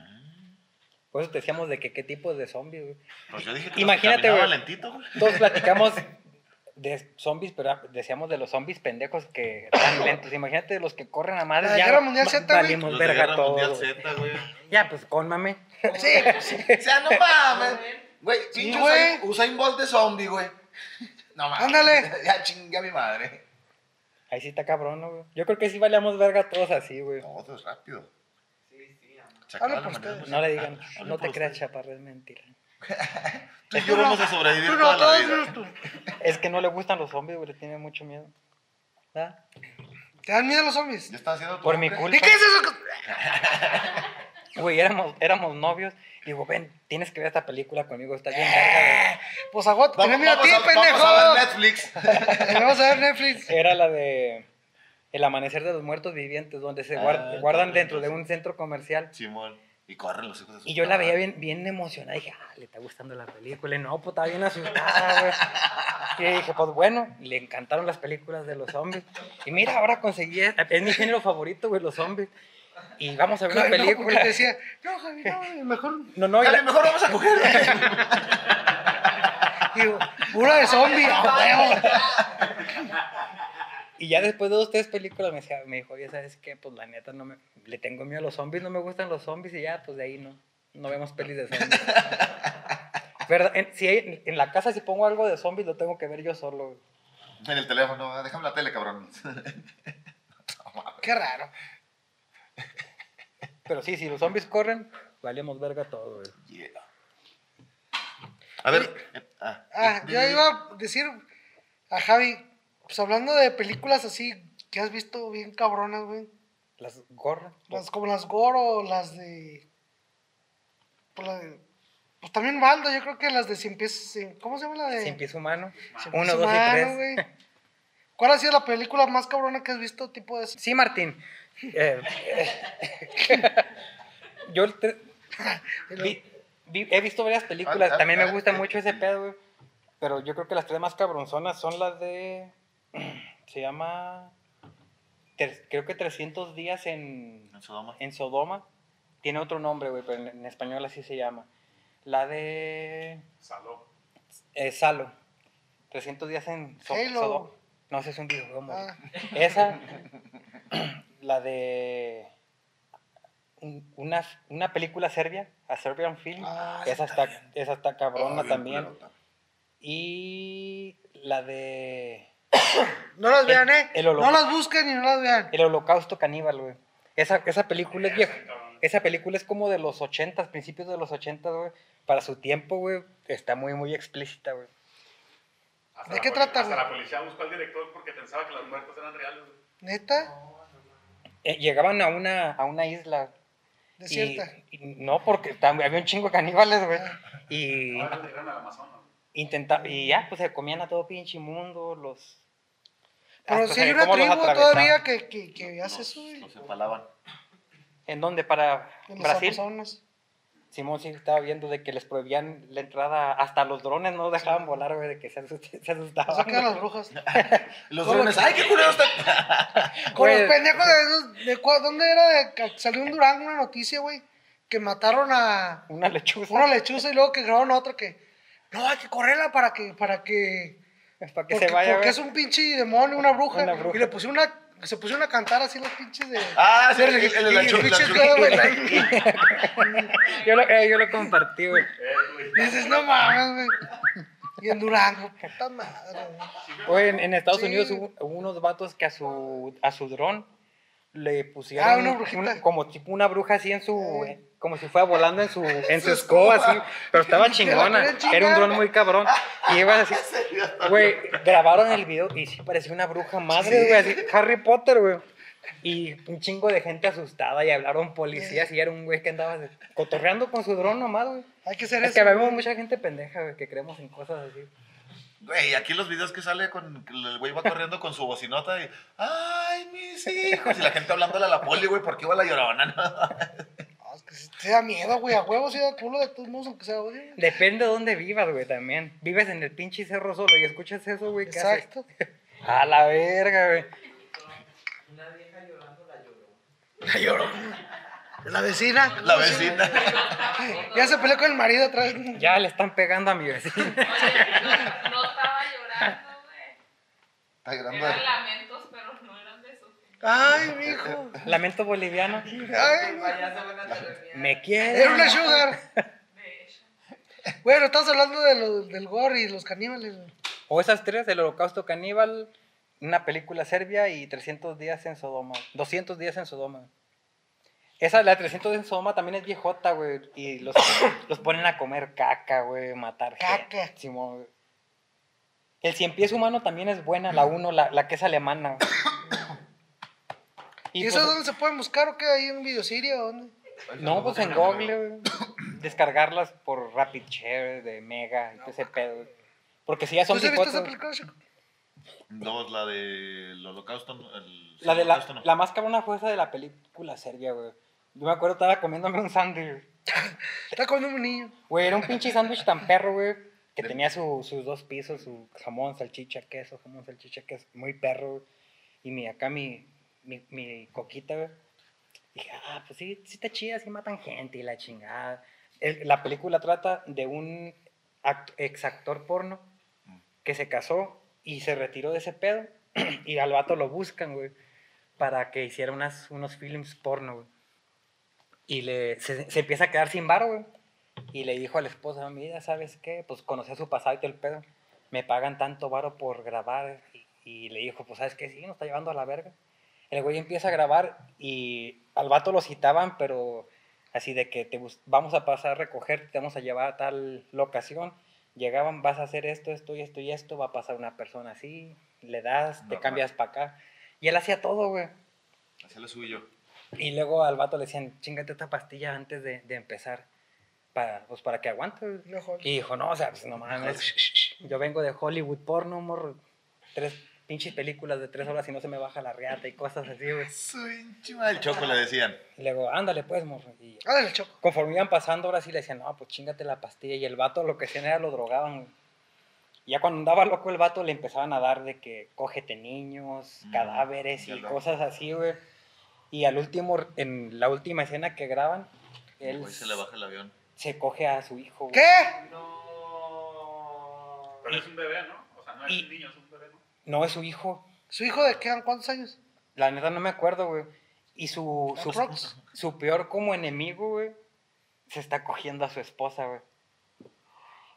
Por eso te decíamos de que qué tipo de zombies, güey.
Pues yo dije que los que
Imagínate,
caminaban
güey.
lentito, güey.
Todos platicamos de zombies, pero ah, decíamos de los zombies pendejos que están lentos. Imagínate los que corren a madre.
La
ya
Guerra Mundial
va-
Z, güey.
valimos
Los de
verga
Guerra Mundial
todos, güey.
Z, güey.
Ya, pues cónmame.
Sí,
O sea, no mames. Ah, Güey,
Sí,
pinche
güey.
Usain, Usain Bolt de zombie, güey. No mames.
Ándale.
Ya chingue a mi madre.
Ahí sí está cabrón, ¿no, güey. Yo creo que sí valíamos verga todos así, güey.
No, eso es rápido.
Sí, sí, amor.
Se acaba
Hablo por
la manera.
ustedes.
No le digan,
Ah,
no te
por
creas,
ustedes.
chaparro, es mentira.
Tú y yo vamos a sobrevivir
tú
toda
no,
la
todos
vida.
menos tú.
Es que no le gustan los zombies, güey, le tiene mucho miedo. ¿Ah? ¿Verdad?
¿Te dan miedo los zombies?
Ya están haciendo tu
Por mi
hambre.
¿Y
culpa.
qué es eso? que-
Güey, éramos, éramos novios. Digo, ven, tienes que ver esta película conmigo, está bien verga,
Eh, Pues aguanta,
Vamos,
tenés miedo a ti,
vamos a-
pendejo.
Vamos a ver Netflix.
Vamos a ver Netflix.
güey. Era la de El amanecer de los muertos vivientes, donde se
Ah,
guar- guardan
también,
dentro de
sí.
un centro comercial.
Simón. Y corren los hijos de su
Y yo la
puta
veía
madre.
bien, bien emocionada. Dije, ah, le está gustando la película. Y no, pues está bien asustada, güey. Y dije, pues bueno, le encantaron las películas de los zombies. Y mira, ahora conseguí, es mi género favorito, güey, los zombies. Y vamos a ver una
No, porque
película.
te decía, no, Javi, no, mejor.
No, no, y
Dale,
la-
mejor vamos a coger.
Digo, una de zombie, a huevo.
Y ya después de dos, tres películas me, decía, me dijo, ya sabes qué, pues la neta, no me, le tengo miedo a los zombies, no me gustan los zombies y ya, pues de ahí no, no vemos pelis de zombies. ¿Verdad? En, si hay- en la casa si pongo algo de zombies lo tengo que ver yo solo. güey.
en el teléfono. Déjame la tele, cabrón.
Qué raro.
Pero sí, si los zombies corren, valemos verga todo. güey.
Yeah. A ver. eh, ah,
Ah,
di-
yo
Este,
di-
iba a decir a Javi, pues hablando de películas así que has visto bien cabronas, güey.
Las gorras. pues,
Las, como las Goro, las de. Pues, la de- pues también Baldo, yo creo que las de Cien Pies. cien- ¿Cómo se llama la de?
Sin pies humano.
pues,
Cien Pies
Uno, dos y
Humano,
tres.
güey. ¿Cuál ha sido la película más cabrona que has visto tipo de eso?
Sí, Martín. Eh, yo el tre- vi- vi- he visto varias películas.
Ah, ah,
También me
ah,
gusta
eh,
mucho ese
eh.
pedo, güey. Pero yo creo que las tres más cabronzonas son las de. Se llama. ter- creo que 300 días en,
En Sodoma.
en Sodoma. Tiene otro nombre, güey, pero en, en español así se llama. La de.
Saló.
eh, Salo. 300 días en So-
Halo.
Sodoma. No, ese es un videojuego, güey.
Ah,
Esa, la de un- una, una película serbia, a Serbian Film.
ah,
esa, está, esa está cabrona
Ah, bien
también.
culero,
Y la de
no las vean,
El-
¿eh?
el
no
holocausto.
las busquen y no las vean.
El Holocausto Caníbal, güey. Esa, esa película es
Ese,
vieja.
cabrón.
Esa película es como de los 80, principios de los 80, güey. Para su tiempo, güey, está muy, muy explícita, güey.
Hasta
¿De
la
qué
poli-
trata,
Hasta
güey?
la policía buscó al director porque pensaba que las muertes eran reales. güey.
Neta,
Eh, llegaban a una, a una isla. y-
desierta.
y no, porque también había un chingo de caníbales, güey.
Ah.
Y
Ahora le dieron al Amazonas. güey.
intenta y ya pues se comían a todo pinche mundo los
Pero
hasta
si hay
se-
una
cómo los
tribu
atravesaban.
todavía que, que, que hace
Los-
eso, güey.
Los empalaban.
en dónde para
En los
Brasil
Amazonas.
Simón sí estaba viendo de que les prohibían la entrada hasta los drones no dejaban volar güey de que se, asust- se
O sea,
asustaban
que eran
güey.
las brujas.
Los
Con
drones.
los-
¡Ay, qué culero está!
Con los
Güey.
pendejos de esos, de cua- ¿dónde era? De, ca- salió en Durango una noticia, güey, que mataron a
una lechuza
una lechuza y luego que grabaron a otro que, no, hay que correrla para que, para que,
para que
porque,
se vaya
porque
güey.
es un pinche demonio, una bruja,
Una bruja.
y le pusieron una, se pusieron a cantar así los pinches de...
Ah, sí, el el- el- el-
y-
la
y-
chu- la
pinches
chu-
dedos, güey.
yo lo eh, yo lo compartí güey
Eh, güey.
Dices, no mames, güey. Y en Durango, puta madre. güey.
Güey, en, en Estados
Sí.
Unidos hubo, hubo unos vatos que a su a su dron le pusieron
Ah, una brujita.
como tipo una bruja así en su
Eh.
como si fuera volando en su en su
Su
escoba
escoba.
así, pero estaba
la
chingona,
quieren
era un
chingar.
dron muy cabrón y iba así, güey, grabaron el video y sí parecía una bruja madre, güey, así Harry Potter, güey. Y un chingo de gente asustada y hablaron policías
Eh.
y era un güey que andaba de- cotorreando con su dron nomás, güey.
Hay que ser
Es
eso.
que vemos mucha gente pendeja, güey, que creemos en cosas así.
Güey, aquí los videos que sale con el güey va corriendo con su bocinota y ay, mis hijos y la gente hablándole a la poli, güey, ¿por qué iba la llorona?
No, es que sí te da miedo, güey. A huevos y da culo de tus modos, aunque sea odio. güey.
Depende de dónde vivas, güey, también. Vives en el pinche cerro solo y escuchas eso, güey, ¿qué haces?
Exacto.
A la verga, güey.
Una vieja llorando la lloró.
La lloró. La vecina.
La
pues,
vecina.
Ya se peleó con el marido otra vez.
Ya le están pegando a mi vecino.
Oye, no, no estaba llorando, güey.
Está llorando.
Eran lamentos, pero no eran de esos.
Ay, mijo.
Lamento boliviano.
Ay, mijo.
payaso van a terminar.
Me quiere.
Era una sugar.
De hecho.
Bueno, estás hablando de lo- del gore y los caníbales. güey.
O esas tres, El Holocausto Caníbal, una película serbia y 300 días en Sodoma. 200 días en Sodoma. Esa, la de 300 días en Sodoma también es viejota, güey. Y los, los ponen a comer caca, güey, matar gente,
Caca.
Simón, güey. El Cien Pies Humano también es buena, la uno, la, la que es alemana. güey.
¿Y,
pues,
eso es donde se pueden buscar o qué? ¿Ahí en un videocirio? o ¿Dónde?
No, pues en Google, güey. descargarlas por Rapid Share de Mega y todo ese pedo. güey. Porque si ya
¿Tú
son
sí viste esa película,
viejotas,
Chico?
Dos, la del holocausto. El,
La de la,
holocausto no.
la más cabrona fue esa de la película serbia, güey. Yo me acuerdo estaba comiéndome un sándwich.
Está con un niño.
Güey, era un pinche sándwich tan perro, güey. Que
De-
tenía su- sus dos pisos, su jamón, salchicha, queso, jamón, salchicha, queso. Muy perro, güey. Y mi, acá mi, mi, mi coquita, güey. Dije, ah, pues sí, sí está chida, sí matan gente y la chingada. El- la película trata de un act- exactor porno que se casó y se retiró de ese pedo. y al vato lo buscan, güey, para que hiciera unas, unos films porno, güey. Y le, se, se empieza a quedar sin varo, güey. Y le dijo a la esposa, mira, ¿sabes qué? Pues conocía su pasado y todo el pedo. Me pagan tanto varo por grabar. Y, y le dijo, pues, ¿sabes qué? Sí, nos está llevando a la verga. El güey empieza a grabar y al vato lo citaban, pero así de que te bus- vamos a pasar a recogerte, te vamos a llevar a tal locación. Llegaban, vas a hacer esto, esto y esto y esto, va a pasar una persona así, le das, te
Normal.
cambias para acá. Y él hacía todo, güey.
Hacía lo suyo.
Y luego al vato le decían, chingate esta pastilla antes de, de empezar, para, pues para que aguante. güey".
No, joder.
Y dijo, no, o sea, pues no mames. Yo vengo de Hollywood porno, morro. Tres pinches películas de tres horas y no se me baja la reata y cosas así, güey.
Soy encima del choco, le decían.
Y le digo, ándale pues, morro. Y
Ándale, Ah, Choco.
conforme iban pasando horas sí le decían, no, pues chingate la pastilla. Y el vato lo que hacían era lo drogaban, güey. Y Ya cuando andaba loco el vato le empezaban a dar de que cógete niños,
Mm,
cadáveres
ya
y
lo-
cosas así, güey. Y al último, en la última escena que graban, él
Hoy se le baja el avión.
se coge a su hijo, güey.
¿Qué?
No.
Pero es un bebé, ¿no? O sea, no es
Y-
un niño, es un bebé, ¿no?
No es su hijo.
¿Su hijo de qué? ¿Cuántos años?
La neta no me acuerdo, güey. Y su, su,
Aprox.
su peor como enemigo, güey, se está cogiendo a su esposa, güey.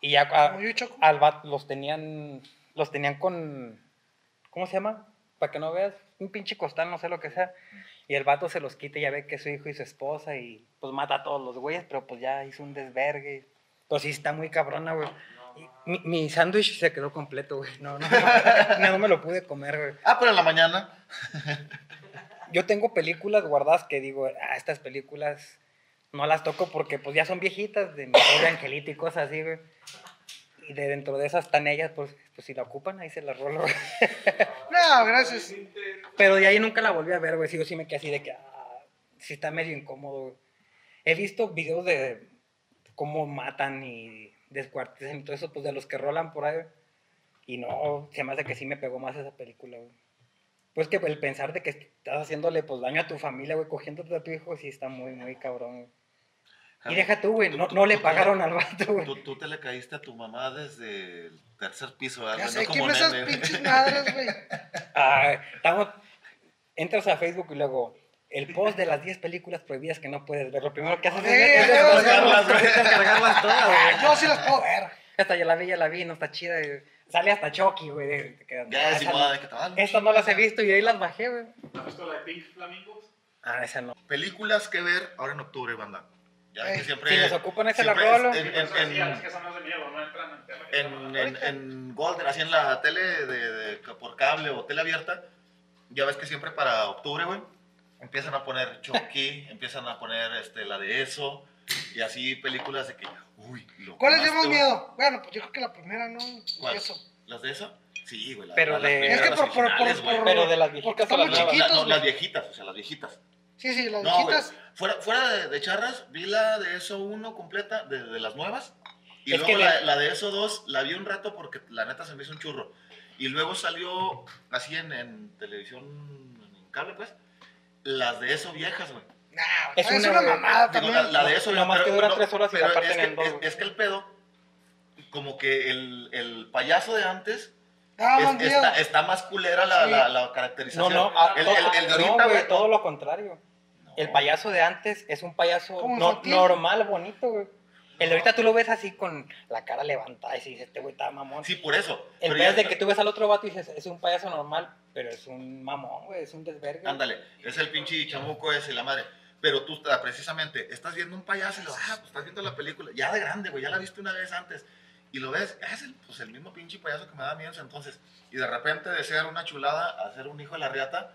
Y ya a-
Como yo, Choco.
al vato los tenían, los tenían con, ¿cómo se llama? Para que no veas, un pinche costal, no sé lo que sea. Y el vato se los quita y ya ve que es su hijo y su esposa y pues mata a todos los güeyes, pero pues ya hizo un desvergue. Pues sí, está muy cabrona, güey. Y Mi, mi sándwich se quedó completo, güey. No, no, no, no me lo pude comer, güey.
Ah, pero en la mañana.
Yo tengo películas guardadas que digo, ah, estas películas no las toco porque pues ya son viejitas, de mi pobre angelito y cosas así, güey. Y de dentro de esas están ellas, pues, pues si la ocupan, ahí se las rolo. güey.
No, gracias.
Pero de ahí nunca la volví a ver, güey. Sí, yo sí me quedé así de que, ah, sí está medio incómodo, güey. He visto videos de cómo matan y descuartizan y todo eso, pues de los que rolan por ahí, güey. Y no, se me hace que sí me pegó más esa película, güey. Pues que el pensar de que estás haciéndole pues daño a tu familia, güey, cogiéndote a tu hijo, sí está muy, muy cabrón, güey. Y deja tú, güey, no, no le pagaron al vato, güey.
Tú, tú te le caíste a tu mamá desde el tercer piso, ¿verdad?
Ya
Ah, No
sé
como
quién ve esas
nene.
pinches madres, güey.
Ah, estamos, entras a Facebook y luego el post de las 10 películas prohibidas que no puedes ver. Lo primero que haces es,
Sí,
es
sí,
descargarlas,
sí.
güey, es descargarlas todas,
Ah.
güey.
Yo sí las puedo ver.
Hasta ya la vi, ya la vi, no está chida. güey. Sale hasta Chucky, güey. de- te quedas, "Ah,
Ya,
esa
si
no-
puedo, que te van.
Estas no las he visto y de ahí las bajé, güey.
¿Has visto la de Pink Flamingos?
Ah, esa no.
Películas que ver ahora en octubre, banda. Ya ven
Eh,
que siempre.
si nos ocupan, ese la
siempre es-
rolo.
Sí,
En,
pero
en,
esas sí,
en-
a las que son más de miedo, no entran en tema. que
en, eh,
estamos
en, en Golden, así en la tele de, de- por cable o tele abierta, ya ves que siempre para octubre, güey, empiezan a poner Chucky, empiezan a poner este, la de eso, y así películas de que, uy, lo
¿Cuál les
más
dio más
te-
miedo? Bueno, pues yo creo que la primera, ¿no?
¿Cuál?
Eso.
¿Las de eso? Sí, güey. la-
Pero
las
de-
primeras,
Es
que por-
las
por-
originales,
por-
güey.
por-
Pero de las viejitas
Porque
a la
estamos
No, la-
nueva.
chiquitos,
no,
güey.
las viejitas, o sea, las viejitas.
Sí, sí, las
No, güey.
viejitas.
Fuera, fuera de, de charras, vi la de eso uno completa, de, de las nuevas. Y
Es que
luego
de-
la, la de eso dos, la vi un rato porque la neta se me hizo un churro. Y luego salió así en, en televisión, en cable, pues, las de eso viejas, güey.
Nah,
Es
es, es
una-
una, mamada
Digo,
también.
la, la de eso
Nomás
pero-
que dura
no,
tres horas y la
pero
parten
es que,
en dos,
es-
güey.
es que el pedo, como que el, el payaso de antes
Daban
Es-
miedo.
está, está más culera la,
Sí.
la- la
No,
caracterización.
no, ah,
el,
todo-
el- el de
no,
ahorita,
güey,
güey.
todo lo contrario.
no.
El payaso de antes es un payaso
Como
no-
infantil.
normal, bonito, güey. El de ahorita tú lo ves así con la cara levantada y dices, este güey está mamón.
Sí, por eso.
el
Pero
peor es
ya-
de que tú ves al otro vato y dices, es un payaso normal, pero es un mamón, güey, es un desvergue.
Ándale, es el pinche chamuco ese, la madre. Pero tú ah, precisamente estás viendo un payaso y lo, ah, pues estás viendo la película, ya de grande, güey, ya la viste una vez antes. Y lo ves, es el, pues, el mismo pinche payaso que me da miedo en ese entonces. Y de repente de ser una chulada a ser un hijo de la riata,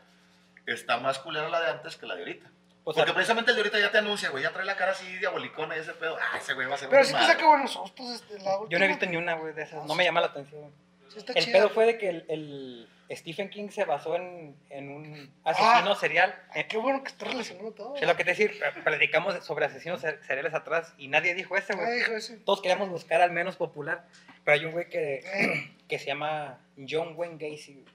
está más culera la de antes que la de ahorita.
O sea,
Porque precisamente el de ahorita ya te anuncia, güey, ya trae la cara así diabolicona y ese pedo, ah, ese güey va a ser
Pero
un
sí te
desmadre".
saca buenos sustos. Este, la
yo no
última.
he visto ni una, güey, de esas. No me llama la atención.
Sí está
El
chida.
pedo fue de que el, el Stephen King se basó en, en un asesino serial. En-
Qué bueno que está relacionado todo.
Es lo que te decir, predicamos sobre asesinos ser- seriales atrás y nadie dijo ese,
Ay,
güey.
hijo, ese.
Todos queríamos buscar al menos popular. Pero hay un güey que,
Eh,
que se llama John Wayne Gacy, güey,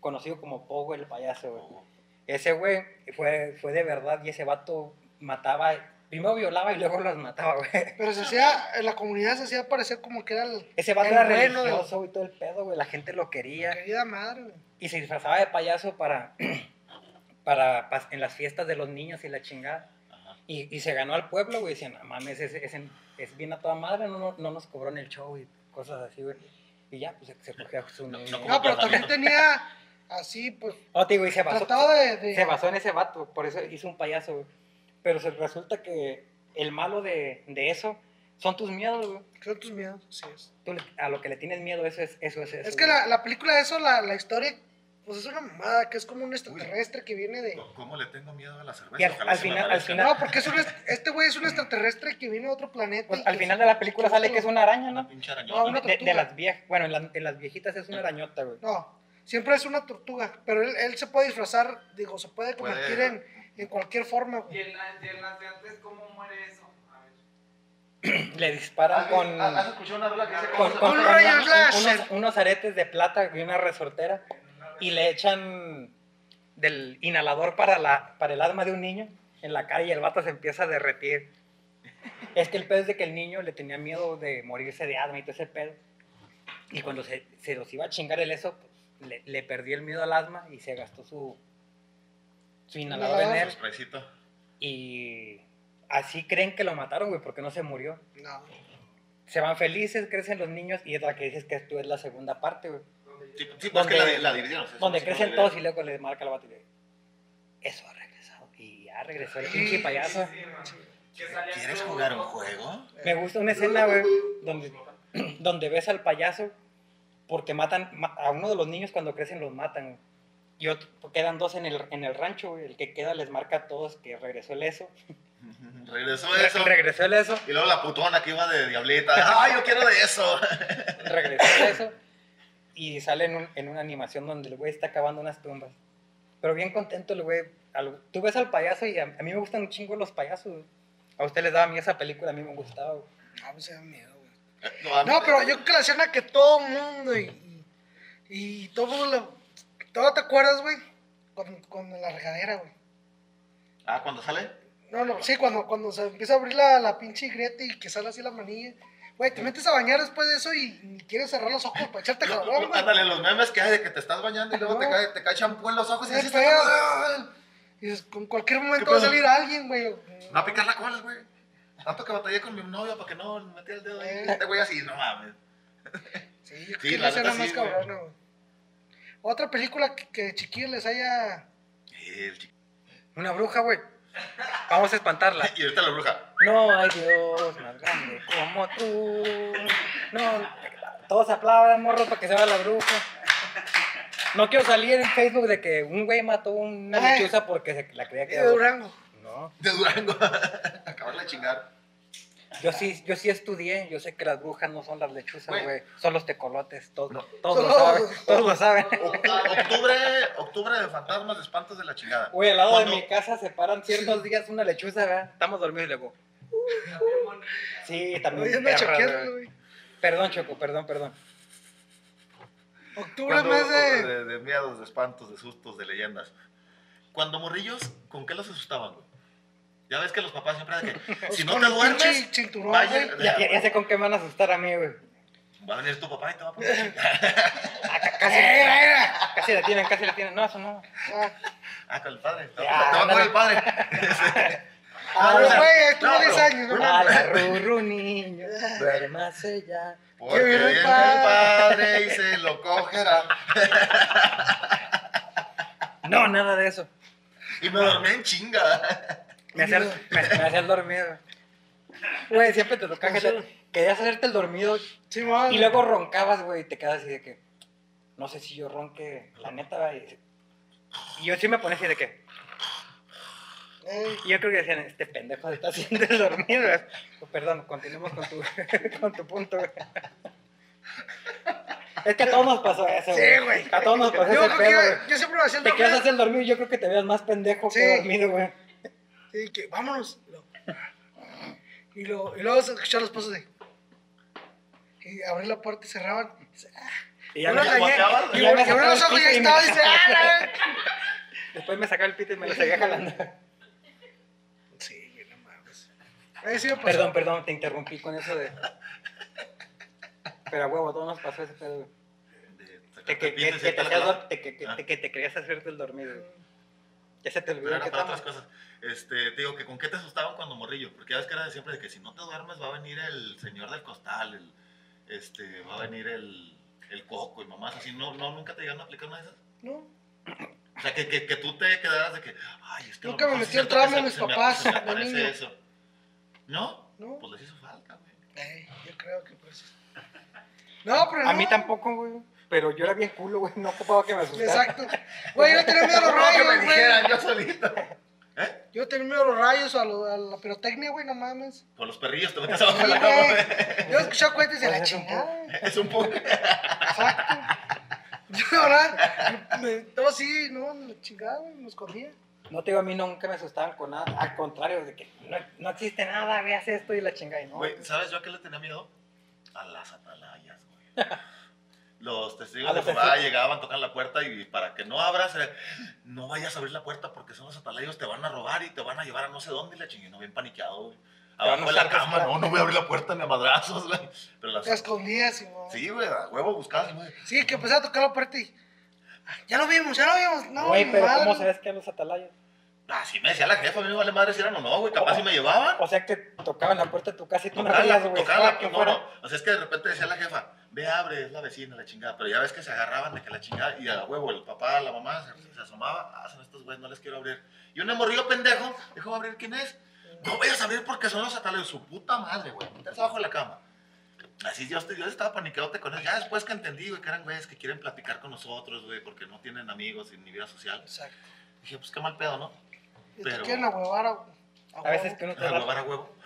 conocido como Pogo el payaso, güey. Ese güey fue, fue de verdad y ese vato mataba, primero violaba y luego las mataba, güey.
pero se hacía, en la comunidad se hacía parecer como que era la
Ese vato
El
era
bueno de-
religioso y todo el pedo, güey. La gente lo quería.
querida madre. güey.
y se disfrazaba de payaso para, para pas- en las fiestas de los niños y la chingada.
Ajá.
Y, y se ganó al pueblo, güey. Decían, no mames, es, es, en- es bien a toda madre, no, no, no nos cobró en el show y cosas así, güey. Y ya, pues se, se cogió a su
No, no
niño.
como-
No, pero también
tratamiento.
tenía así, pues,
No, te digo, y se basó,
trataba de... de-
se basó en ese vato, por eso hizo un payaso, güey. Pero se, resulta que el malo de, de eso son tus miedos, güey.
¿Qué son tus miedos? Así es.
Tú le- a lo que le tienes miedo, eso es eso. Es, eso,
Es que
güey.
la, la película de eso, la, la historia, pues es una mamada, que es como un extraterrestre que viene de...
¿Cómo- ¿Cómo le tengo miedo a la cerveza?
Y al-
Ojalá
al
se me
final- al
aparezca.
final-
No, porque es un est- este güey es un extraterrestre que viene de otro planeta.
Pues,
y
al
que-
final de la película sale que es una araña, ¿no?
Una pinche arañota.
No, una
de, de
tortuga.
las viejas. Bueno, en, la- en las viejitas es una arañota, güey.
No, siempre es una tortuga, pero él, él se puede disfrazar, digo, se puede
Puede-
convertir en, en cualquier forma,
Y
güey.
en las y en las de antes, ¿cómo muere eso? A ver.
Le
Ah,
disparan con,
¿Has has escuchado una rola que dice cómo
con,
se-
con-
Un
con
rayo
una-
láser.
unos, unos aretes de plata y una resortera y le echan del inhalador para, la, para el alma de un niño en la cara y el vato se empieza a derretir. Es que el pedo es de que el niño le tenía miedo de morirse de asma y todo ese pedo. Y cuando se, se los iba a chingar el eso, pues, le, le perdió el miedo al asma y se gastó su, su inhalador en
Inhalador.
él.
Su spraycito.
Y así creen que lo mataron, güey, porque no se murió.
No.
Se van felices, crecen los niños y es la que dices que tú es la segunda parte, güey.
Sí, sí, pues
Donde-
que la, di- la dividieron. o sea,
Donde
sí,
crecen
sí,
todos y luego le marca el vato y le eso ha regresado. Y ya regresó el pinche payaso.
Sí, man. Que salía
¿Quieres
todo-
jugar un juego?
Me gusta una escena, güey, donde, donde ves al payaso porque matan ma- a uno de los niños cuando crecen los matan. güey. Y otro, quedan dos en el, en el rancho, güey. El que queda les marca a todos que regresó el eso.
Regresó
Re-
eso.
regresó el eso.
Y luego la putona que iba de diablita. ¡Ah, yo quiero de eso!
regresó a eso y sale en, un- en una animación donde el güey está cavando unas tumbas. Pero bien contento el güey. Al- Tú ves al payaso y a, a mí me gustan un chingo los payasos. güey. A usted les daba miedo esa película, a mí me gustaba. güey.
No, pues, se da miedo, güey.
No, a mí-
No, pero yo creo que la escena que todo mundo y, y, y todo mundo lo- ¿Todo te acuerdas, güey? Cuando, cuando la regadera, güey.
Ah, cuando sale.
No, no, sí, cuando, cuando se empieza a abrir la, la pinche grieta y que sale así la manilla. Güey, te metes a bañar después de eso y ni quieres cerrar los ojos para echarte
Lo-
jabón,
lo-
güey.
Ándale, los memes que hay de que te estás bañando y luego te
No.
cae, te cae champú en los ojos y
Qué
así
feo.
estás.
Y dices, con cualquier
¿Qué
momento va a
pedo?
salir alguien, güey.
No a picar la cola, güey. Tanto que batallé con mi novio para que no le metiera el dedo ahí.
Eh.
Este güey así, no mames.
Sí, yo creo
Sí,
que es
la
la escena
neta
más
sí, güey.
cabrona, güey. Otra película que, que de chiquillos les haya.
El chico.
Una bruja, güey. Vamos a espantarla.
Y ahorita la bruja.
No hay Dios más grande como tú. No, todos aplaudan, morros, para que se vea la bruja. No quiero salir en Facebook de que un güey mató a una
Ay.
lechuza porque se la creía que
De
era bruja.
Durango.
No.
De Durango. Acabarla de chingar.
Yo sí, yo sí estudié, yo sé que las brujas no son las lechuzas,
Güey.
güey, son los tecolotes, todos,
No.
todos lo
Todos.
saben, todos lo saben.
Octu- Octubre, octubre de fantasmas, de espantos de la chingada.
Güey, al lado
Cuando-
de mi casa se paran ciertos días una lechuza, ¿verdad? Estamos dormidos y luego, sí,
Oye,
también
anda
perra,
choqueando,
güey.
güey.
Perdón, Choco, perdón, perdón.
Octubre,
Cuando-
mes de.
de, de miedos, de espantos, de sustos, de leyendas. Cuando morrillos, ¿con qué los asustaban, güey? Ya ves que los papás siempre de que si no te
Pues con el pinche
duermes,
cinturón,
vaya-
güey.
Ya, ya- ya sé con qué me van a asustar a mí, güey.
va a venir tu papá y te va a poner a chingar.
Ah, ca- Casi, casi la tienen, casi la tienen. No, eso no.
Ah,
Ah, con el padre. Te, te
Ya,
va a
ándale.
poner el padre.
ah,
no, no,
güey,
no,
estuvo 10
no,
años, ¿no?
una-
Ay, rurru, niño, duérmase ya.
Porque
viene el
viene el padre y se lo cogerá.
No, nada de eso.
Y me dormí en chinga.
Me hacías me, me hacía el dormido. Güey, siempre te tocaba que te- querías hacerte el dormido
Sí, man.
y luego roncabas, güey, y te quedas así de que, no sé si yo ronque, la neta, güey. Y yo sí me ponía así de que,
Ey,
y yo creo que decían, este pendejo se está haciendo el dormido. güey. Pues, Perdón, continuemos con tu, con tu punto, güey. Es que a todos nos pasó eso,
Sí, güey.
A todos nos
Yo,
pasó ese
creo
pedo,
que
güey.
yo siempre lo hacía el
Te quedas
torneo.
así el dormido y yo creo que te veas más pendejo
Sí.
que dormido, güey.
Sí, que vámonos. Y luego- Y luego, y luego se escuchaban los pasos de. Y abrí la puerta y cerraban.
Y
Y
ya
yo
me
la cagué.
volteaba,
Y
ya me
volteé
sacaba
los
el
ojos y
pito
ahí
y me
estaba. Dice,
sacaba-
¡ah, la verga!
Después me sacaba el pito y me lo seguía jalando.
Sí, güey, no mames. Ahí sí me pasó.
Perdón, perdón, te interrumpí con eso de. Pero a huevo, a todos nos pasó ese pedo, güey. Que, que, que- que te hacías dor- que- que- que-
Ah.
que te querías hacerte el dormido, güey. Ya se te
Pero
olvidó
era
que
para
toma.
otras cosas. Este, te digo que con qué te asustaban cuando morrillo, porque ya ves que era de siempre de que si no te duermes va a venir el señor del costal, el, este, va a venir el, el coco y mamás así, no, no, nunca te llegaron a aplicar una de esas.
No,
O sea, que, que, que tú te quedaras de que, ay, es que a lo
Nunca me
mejor sí
metió el
es cierto que
tramo
se-
mis
se me-
papás,
se me
de
aparece
niño.
eso. ¿No?
no.
Pues les hizo falta, güey.
Eh, yo creo que por eso. No, pero no.
A mí tampoco, güey. Pero yo era bien culo, güey. No ocupaba que me asustara.
Exacto. Güey, yo tenía miedo a los
No, que me
rayos,
dijeran
güey.
yo solito.
Yo tenía miedo a los rayos, a, lo- a la pirotecnia, güey, no mames.
Con los perrillos te metes abajo de
Sí,
la cama,
güey.
güey.
Yo escuchaba cuentas de la
Pues es un poco-
chingada.
Es un poco.
Exacto. Yo, ¿verdad? Me, no, sí, no, la chingada, güey, me escondía.
No te digo, a mí nunca me asustaban con nada. Al contrario, de que no, no existe nada, güey, haz esto y la chingada. Y no.
Güey, ¿sabes yo a qué le tenía miedo? A las atalayas, güey. Los testigos
A
de
los
Jehová
testigos.
llegaban, tocan la puerta y para que no abras, eh, no vayas a abrir la puerta porque son los atalayos, te van a robar y te van a llevar a no sé dónde y la chingada, bien paniqueado, güey.
van a
Abajo de la
usar de
cama,
esclavo.
no, no voy a abrir la puerta ni a madrazos, güey. Pero
Te
las...
escondías, sí, güey.
Sí, güey, a huevo buscabas, güey.
Sí, que empecé a tocar la puerta y. "Ah, Ya lo vimos, ya lo vimos. No,
Güey, pero
madre.
¿cómo sabes que eran los atalayas?
Así me decía la jefa, a mí me vale madre si eran o no, güey, capaz si me llevaban.
O sea que tocaban la puerta de tu casa y tú no
Tocar la,
veías, güey.
tocar
fuera
la-
que
no,
fuera.
no. O sea, es que de repente decía la jefa, ve, abre, es la vecina, la chingada. Pero ya ves que se agarraban de que la chingada, y a huevo, el papá, la mamá, se, se asomaba, ah, son estos güeyes, no les quiero abrir. Y un morrillo pendejo, dijo, abrir, ¿quién es? No vayas a abrir porque son los ataleos, su puta madre, güey, meterse abajo de la cama. Así yo, yo estaba paniqueote con ellos. Ya después que entendí, güey, que eran güeyes que quieren platicar con nosotros, güey, porque no tienen amigos y ni vida social.
Exacto.
Dije, pues qué mal pedo, ¿no?
Y te
Pero-
quieren ahuevar a
A veces que uno
A
trata,
huevar a huevo.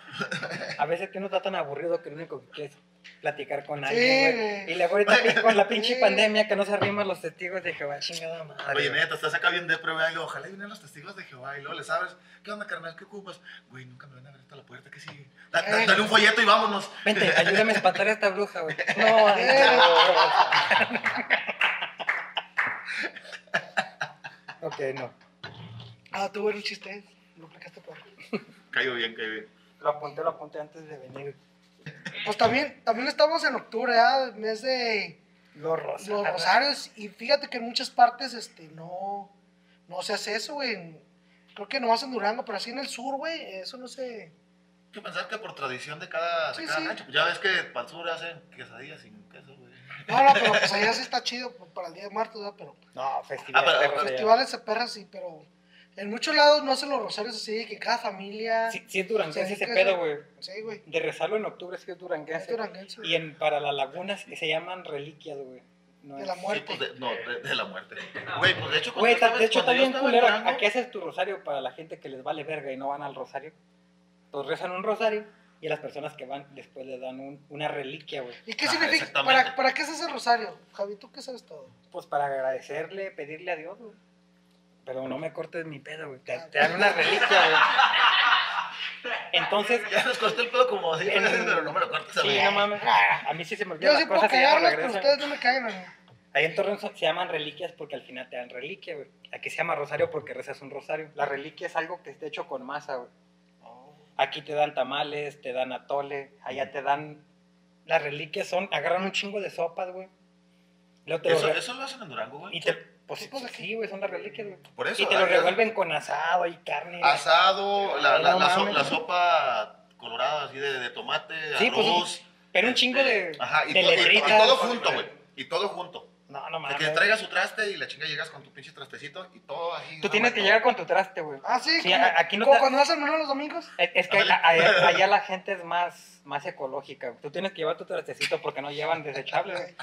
a veces que uno está tan aburrido que lo único que quiere es platicar con
Sí,
alguien, güey.
güey.
Y luego ahorita pi- con la pinche
Sí.
pandemia que no se arriman los testigos de Jehová, chingada madre.
Oye, neta, estás acá bien de prueba y luego, ojalá vienen los testigos de Jehová y luego les abres. ¿Qué onda, carnal? ¿Qué ocupas? Güey, nunca me van a abrir toda la puerta, ¿qué sigue? Da- da- dale un folleto y vámonos.
Vente, ayúdame a espantar a esta bruja, güey. No, ay,
Eh.
no. Ok, no.
Ah, tuve un chiste. Lo aplicaste por.
Cayó bien, cayó bien.
Lo apunté, lo apunté antes de venir.
Pues también, también estamos en octubre, ¿ah? Mes de
Los rosarios.
los rosarios. Y fíjate que en muchas partes, este, no. No se hace eso, güey. en- Creo que nomás en Durango, pero así en el sur, güey, eso no se.
Hay que pensar que por tradición de cada, de
Sí,
cada
sí.
rancho, pues ya ves que para el sur hacen quesadillas sin queso, güey.
No, no, pero pues allá sí está chido para el Día de Muertos, ¿verdad? Pero
No,
Ah,
festival.
pero-
perros, allá.
festivales de perras sí, pero en muchos lados no hacen los rosarios así, que cada familia...
Sí, sí es duranguense
Sí,
ese
que-
pedo, güey.
Sí, güey.
De rezarlo en octubre sí es
Es
duranguense.
duranguense,
Y en, para las lagunas se llaman reliquias, güey. No
de
es-
la
Sí,
muerte.
pues de, no, de, de la muerte. Güey, pues de hecho, cuando
Güey,
yo
ta-
estaba-
de hecho
cuando yo
también
estaba en
culero,
Durango,
¿a qué haces tu rosario para la gente que les vale verga y no van al rosario? Pues rezan un rosario y a las personas que van después les dan un- una reliquia, güey.
¿Y qué
Ajá,
significa?
exactamente.
¿Para, ¿Para qué se hace el rosario? Javi, ¿tú qué sabes todo?
Pues para agradecerle, pedirle a Dios, güey. Pero no me cortes mi pedo, güey. Te, te dan una reliquia, güey. Entonces,
Ya nos costó el pedo como así,
En-
pero no me lo cortes a
sí,
mí.
no mames. A mí sí se me
Yo
olvidan
sí
las
puedo
cosas y ya me
cagarlos, pero
regresan.
ustedes no me caen a mí.
Ahí en Torreón so- se llaman reliquias porque al final te dan reliquia, güey. Aquí se llama rosario porque rezas un rosario. La reliquia es algo que esté hecho con masa, güey. Aquí te dan tamales, te dan Mm. atole, allá te dan... Las reliquias son... Agarran un chingo de sopas, güey. Luego te lo
Eso,
re-
eso lo hacen en Durango, güey.
y te, pues,
Sí, pues,
sí,
aquí.
sí, güey, son las reliquias, güey.
Por eso.
Y te lo
ah,
revuelven con asado y carne. la-
Asado, la, la,
No
la so-
mames.
la sopa colorada así de, de tomate,
Sí, pues,
arroz. este,
Pero un chingo de,
Ajá, y,
de
to- y- y
letritas.
todo junto, güey. Y todo junto.
No, no
De
mames.
que traiga su traste y la chinga llegas con tu pinche trastecito y todo así.
Tú tienes que llegar con tu traste, güey.
Ah, sí,
Sí,
como-
a- aquí no
como
te-
cuando hacen menú los domingos.
Es es que
Ándale.
a- a- allá la gente es más, más ecológica. güey. Tú tienes que llevar tu trastecito porque no llevan desechable, güey.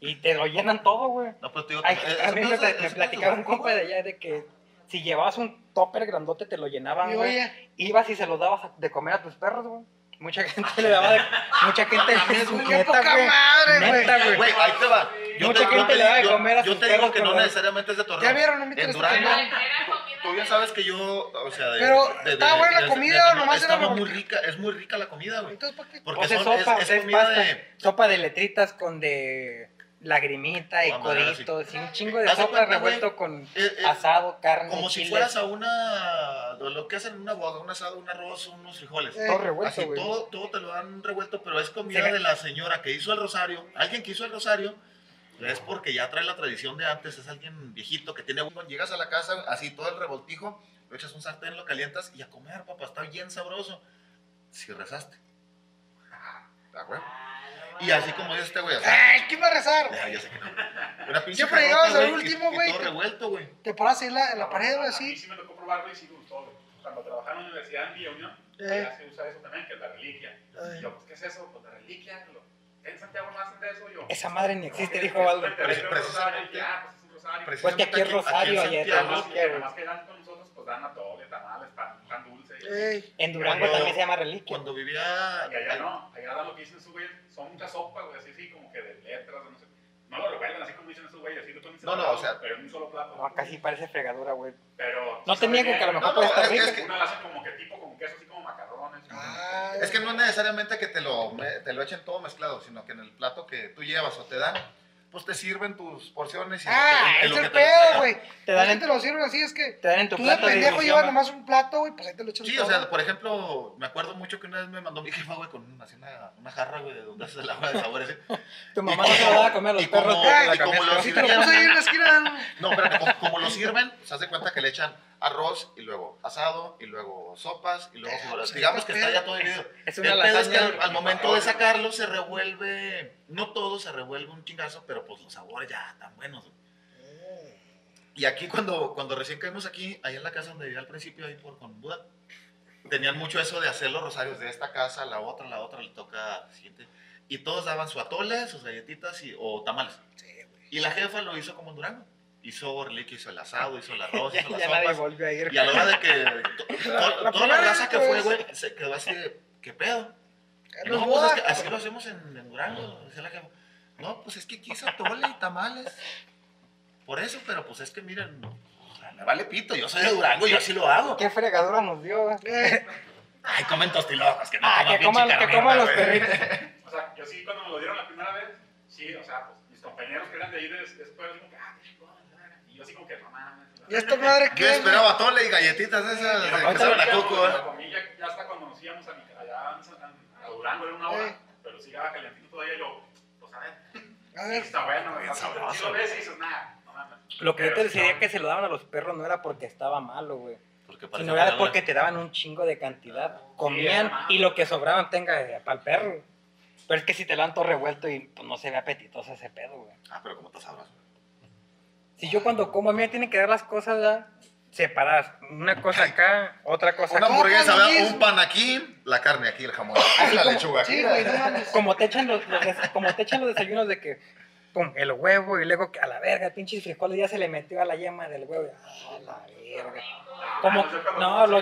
Y te lo llenan todo, güey.
No, pues te digo,
Ay,
eh,
a
eso
mí
no
me,
es-
pla-
eso
me
no es
platicaba un
Durango,
compa de allá de que si llevabas un topper grandote te lo llenaban,
Y
güey.
oye,
Ibas y se lo dabas a- de comer a tus perros, güey. Mucha gente le daba de... Mucha gente...
mames, güey,
qué
Neta,
poca
güey.
madre, güey.
Neta, güey.
Güey, ahí te va.
Mucha
te-
gente
te-
le da de
yo-
comer a
Yo
sus
te digo
perros
que no
con-
necesariamente es de Torreón.
¿Ya vieron? No me
En
interesa.
Durango,
Era comida
tú
de-
bien sabes que yo, o sea, de,
Pero,
de-
¿estaba
de-
buena la
de-
comida
de-
o nomás
estaba
era-
muy rica, es muy rica la comida, güey.
Entonces, ¿para qué?
Porque
Pues es
son-
sopa,
es,
es
es comida
pasta.
de
Sopa de letritas con de lagrimita y
Ah, madre,
coditos y un chingo de
Haz de
sopa
cuenta,
revuelto con
eh, eh,
asado, carne,
como si
chiles,
fueras a una lo- lo que hacen en una boda, un asado, un arroz, unos frijoles.
Eh,
todo
Así
revuelto, güey.
todo, todo te lo dan revuelto, pero es comida
Se-
de la señora que hizo el rosario. Alguien que hizo el rosario es porque ya trae la tradición de antes, es alguien viejito que tiene cuando llegas a la casa, así todo el revoltijo, lo echas un sartén, lo calientas y a comer, papá, está bien sabroso. Si rezaste. Ah, güey. Y así como dice este güey, así.
Ay, ¿quién va a rezar?
Ya, ya sé que no. Una pinche
Ah. Siempre
jarrota,
llegabas al
güey, y-
último,
y
güey,
Todo
te-
revuelto, güey.
Te paras ahí en la, en la pared, güey,
A mí
así.
sí me tocó probarlo y sí me gustó, güey. Cuando trabajaba en la universidad en Villa Unión,
Eh.
ya se usa eso también, que es la reliquia.
Ay.
Y yo, pues, ¿qué es eso? Pues la reliquia. Lo... En Santiago no hacen de eso, yo.
Esa madre ni existe, dijo
Valdo.
Valdo.
Precisamente.
Precisamente.
Pues que aquí es rosario,
en
allá es
Santiago,
rosario.
Además que dan con nosotros, pues dan a todo, tamales, pan, pan dulce.
Ey,
En Durango
Cuando-
también se llama reliquia.
Cuando vivía.
Y allá no, allá dan lo que dicen esos güeyes, son muchas sopas, güey, así, así como que de letras, o no sé. No lo revuelven así como dicen esos güeyes, así lo ponen
No, no,
separado,
o sea-
Pero en un solo plato.
No, casi parece fregadura, güey.
Pero.
No te niego que a lo mejor
No, no,
puede estar
es que-
rica.
es que- Ah.
Una la hacen como que tipo con queso, así como macarrones.
ay.
Es que no es necesariamente que te lo, me- te lo echen todo mezclado, sino que en el plato que tú llevas o te dan, pues te sirven tus porciones. Y
Ah,
en
es
lo
el
que te- en lo que te-
pedo, güey.
Te
La
dan en,
gente lo sirve así, es que
te dan en tu
tú de
plato de
pendejo
ilusión,
llevas
¿no?
nomás un plato, güey, pues ahí te lo echas
Sí,
todo.
o sea, por ejemplo, me acuerdo mucho que una vez me mandó mi jefa, güey, con así una, una jarra, güey, de donde haces el agua de sabores. ¿eh?
Tu mamá no se lo da a comer a
Y
los
como-
perros
y
porque la
como los-
cambiaste.
Si te lo puse ahí en la esquina,
No, pero como, como lo sirven, se hace cuenta que le echan arroz y luego asado y luego sopas y luego frijoles. Digamos que está ya todo dividido.
Es
El
una
pedo es que
lasaña.
al, al momento de sacarlo se revuelve, no todo se revuelve un chingazo, pero pues los sabores ya están buenos. güey.
Mm.
Y aquí cuando, cuando recién caímos aquí, ahí en la casa donde vivía al principio, ahí por con Buda, tenían mucho eso de hacer los rosarios de esta casa, a la otra, a la otra, le toca a la siguiente. Y todos daban su atole, sus galletitas y, o tamales. y la jefa lo hizo como en Durango. Hizo reliquia, hizo el asado, hizo el arroz,
Ya,
hizo las
ya nadie
sopas.
volvió a ir.
Y a la hora de que to- to-
la
toda la
primera
raza que fue,
vez.
güey, se quedó así de, ¿qué pedo?
en los
No, pues es
bodas.
que así lo hacemos en, en Durango, decía la jefa. No, pues es que aquí hizo tole y tamales. Por eso, pero pues es que miren, o sea, me vale pito, yo soy de Durango, yo así lo hago.
¿Qué fregadura nos dio? güey?
Ay, comen tostilocos, que no
Ah,
coman Ah,
que
pinche
coman, que
carnita,
coman los
güey.
perritos.
O sea, yo sí, cuando me lo dieron la primera vez, sí, o sea, pues mis compañeros que eran de ahí de después, como que, ah, qué chingón, ah, Y yo así como que, no mames.
¿Y esta madre
Yo
qué es, güey?
esperaba tole y galletitas esas de que saben a coco,
La
¿eh?
comida ya hasta cuando nos íbamos a, mi- allá a, a Durango era una
Eh.
hora, pero sí llegaba calientito todavía yo, pues a ver,
A
sí
ver,
está bueno,
Bien
está-
sabroso.
Si lo ves y dices, nada, no mames.
Lo que yo
Pero
te
sí
decía
estaba-
que se lo daban a los perros no era porque estaba malo, güey.
Porque
Si
parece
no
que
era
ahora-
porque te daban un chingo de cantidad. Comían
era
y lo que sobraban tenga para el perro. Pero es que si te lo dan todo revuelto y pues, no se ve apetitoso ese pedo, güey.
Ah, pero como te sabrás.
Si yo cuando como, a mí me tienen que dar las cosas ¿verdad? separadas. Una cosa acá, otra cosa
Una
acá.
hamburguesa,
lo
¿verdad?
mismo.
un pan aquí, la carne aquí, el jamón aquí, la lechuga aquí.
sí, güey, no mames.
Como te echan los, los des- como te echan los desayunos de que pum, el huevo y luego que a la verga, pinches frijoles ya se le metió a la yema del huevo. A la verga.
Ah,
Como, no, lo,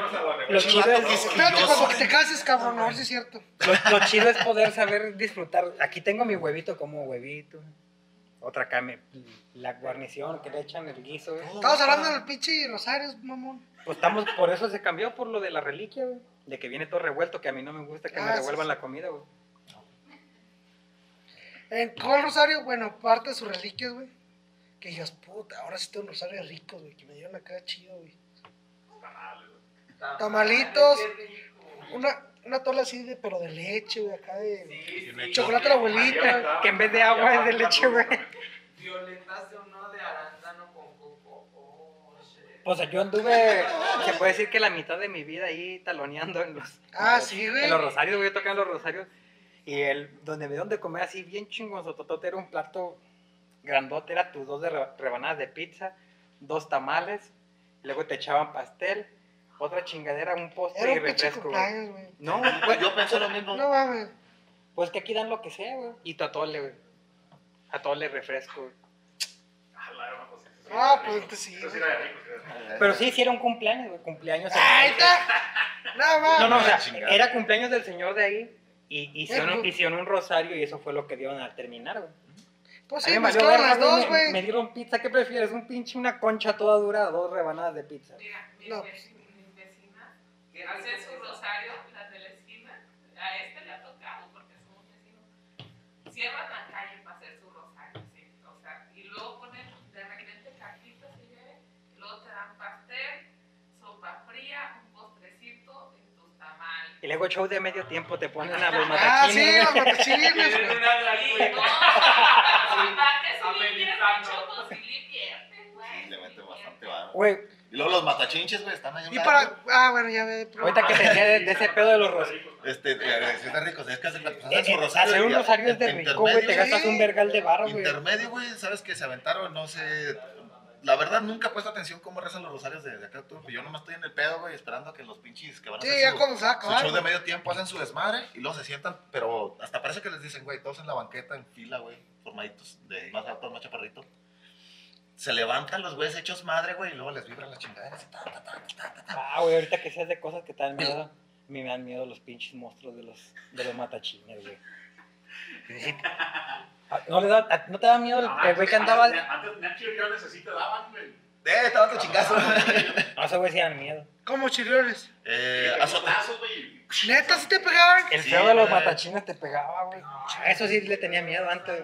lo chido es,
Espérate cuando que te cases, cabrón, a ver si es cierto.
lo, lo chido es poder saber disfrutar. Aquí tengo mi huevito como huevito. Otra acá me- la guarnición que le echan el guiso. güey.
Estamos hablando del pinche Rosarios, mamón.
Pues estamos, por eso se cambió, por lo de la reliquia, güey. De que viene todo revuelto, que a mí no me gusta que
Ah,
me
sí,
revuelvan
sí.
la comida, güey.
¿En cuál Rosario? Bueno, aparte de sus reliquias, güey. Que digas, puta, ahora sí tengo un Rosario rico, güey, que me dieron acá chido, güey. Tamalitos. Una, una tola así, de, pero de leche, güey, acá de...
Bien hecho.
Chocolate a la abuelita,
Ayer estaba-
que en vez de agua es de
ayer
leche, güey.
estaba-
Violentaste uno de arándano con coco. Oh, shit.
Pues yo anduve, se puede decir que la mitad de mi vida ahí taloneando en los,
Ah,
en los-
sí, güey.
en los rosarios, güey, yo tocaba en los rosarios. Y el, donde me dieron de comer así bien chingonzototote era un plato grandote, era tus dos de re- rebanadas de pizza, dos tamales, y luego te echaban pastel, otra chingadera, un postre
Era
y
un pinche
refresco, güey.
cumpleaños, güey.
No, güey,
Yo pensé lo mismo.
No mames.
pues que aquí dan lo que sea, güey. Y tu atole, güey. Atole, refresco, güey.
Ah, la verdad, pues, eso sí
Ah,
era
pues,
rico.
pues, sí,
Eso sí
güey.
era rico, sí era rico.
Pero sí, sí era un cumpleaños, güey. Cumpleaños.
¡Ahí está! No mames.
No, no, o sea,
Chingada.
era cumpleaños del señor de ahí y y hicieron,
Ujú.
hicieron un rosario y eso fue lo que dieron al terminar, güey.
Pues
A mí
sí,
me valió
mezclaron
verga,
las dos,
me- Me
güey.
dieron pizza, ¿qué prefieres? Un pinche, una concha toda dura, dos rebanadas de pizza.
Mira, mi,
No, pues.
vecina, mi vecina hace su rosario, las de la esquina. A este le ha tocado porque somos vecinos. Cierran la calle para hacer su rosario, sí. O sea, y luego ponen de repente cajitas y ve, y luego te dan pastel, sopa fría, un postrecito y tus tamales.
Y luego show de medio tiempo te ponen a los
Ah, sí,
matachines.
los
güey.
matachines, güey.
Una de las
Y
cuecas.
no, aparte si le inviertes,
Amenizando.
choco, si le inviertes, güey.
Sí, le meten
si
bastante
inviertes.
varo.
Güey,
Y luego los matachinches, güey, están ahí. a un
Y
lado.
para. Ah, bueno, ya ve. pero-
ahorita que te decía de, de ese pedo de los rosarios.
rosarios.
Este, eh, sí están ricos. Es que hacen pues, hacen
Eh,
su
eh,
rosario.
hacer un
y-
rosario es de
en-
rico, güey. Te
intermedio,
gastas
sí.
un vergal de barro, güey.
Intermedio, güey, sabes que se aventaron, no sé. La verdad, nunca he puesto atención cómo rezan los rosarios de, de acá. tú. Yo nomás estoy en el pedo, güey, esperando a que los pinches que van a
Sí,
hacer
ya
su,
cuando se va a
su show de
acabar. güey.
medio tiempo hacen su desmadre y luego se sientan, pero hasta parece que les dicen, güey, todos en la banqueta, en fila, güey, formaditos de más alto, más chaparrito. Se levantan los güeyes hechos madre, güey, y luego les vibran las chingaderas. y ta, ta, ta, ta, ta, ta.
Ah, güey, ahorita que seas de cosas que te dan miedo. A mí me dan miedo los pinches monstruos de los, de los matachines, güey. Ah, ¿No, le da, a- ¿No te da miedo el, el güey que andaba?
Antes, antes Nacho y yo necesito daban, güey.
¡Eh, estaba otro chingazo!
No, ese güey sí dan miedo.
Como chirriones.
eh,
Eh,
azota-
azotazos, güey.
Neta, sí te pegaban.
El
Sí,
feo de los
güey.
matachines te pegaba, güey. A Eso sí le tenía miedo antes.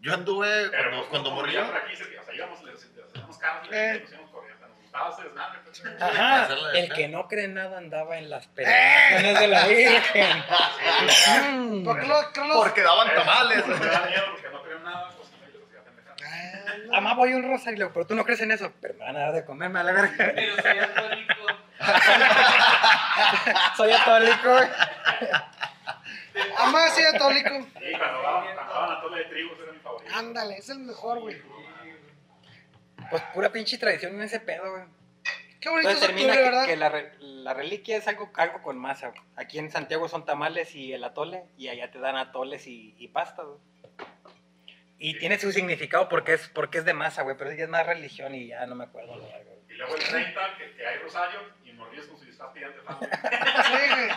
Yo anduve
Pero
cuando,
pues,
cuando
como
morrió.
ya por aquí, se- o sea, íbamos, les les hacíamos caras,
Eh. Ah,
les nos íbamos corriendo. Nos gustaba ese desmadre, pues.
Ajá,
Hacerle de
el
pedo.
que no cree en nada andaba en las peregrinaciones de la Virgen. Mm.
Eh. ¿Por qué lo- qué los.?
Porque daban tamales.
pues, Me da miedo porque no creo en nada, pues, no, yo los hacía pendejadas.
Ah, no.
Amá, voy a un rosario, pero tú no crees en eso. Pero me van a dar de comer, me van a la verga.
Pero soy alcohólico.
Soy atólico.
Amá, sí, atólico.
Sí, cuando daban, cuando daban la tole de trigo, ese era mi favorito.
Ándale, es el mejor, güey.
Pues pura pinche tradición en ese pedo, güey.
Qué bonito es
Entonces termina
octubre,
que,
¿verdad?
que la, re- la reliquia es algo, algo con masa. güey. Aquí en Santiago son tamales y el atole, y allá te dan atoles y, y pasta. güey. Y tiene su significado porque es, porque es de masa, güey, pero ya es más religión y ya no me acuerdo. la verga, güey.
Y luego el 30, que, que hay Rosario, y morrías con su disfraz pillante fácil.
Sí, güey.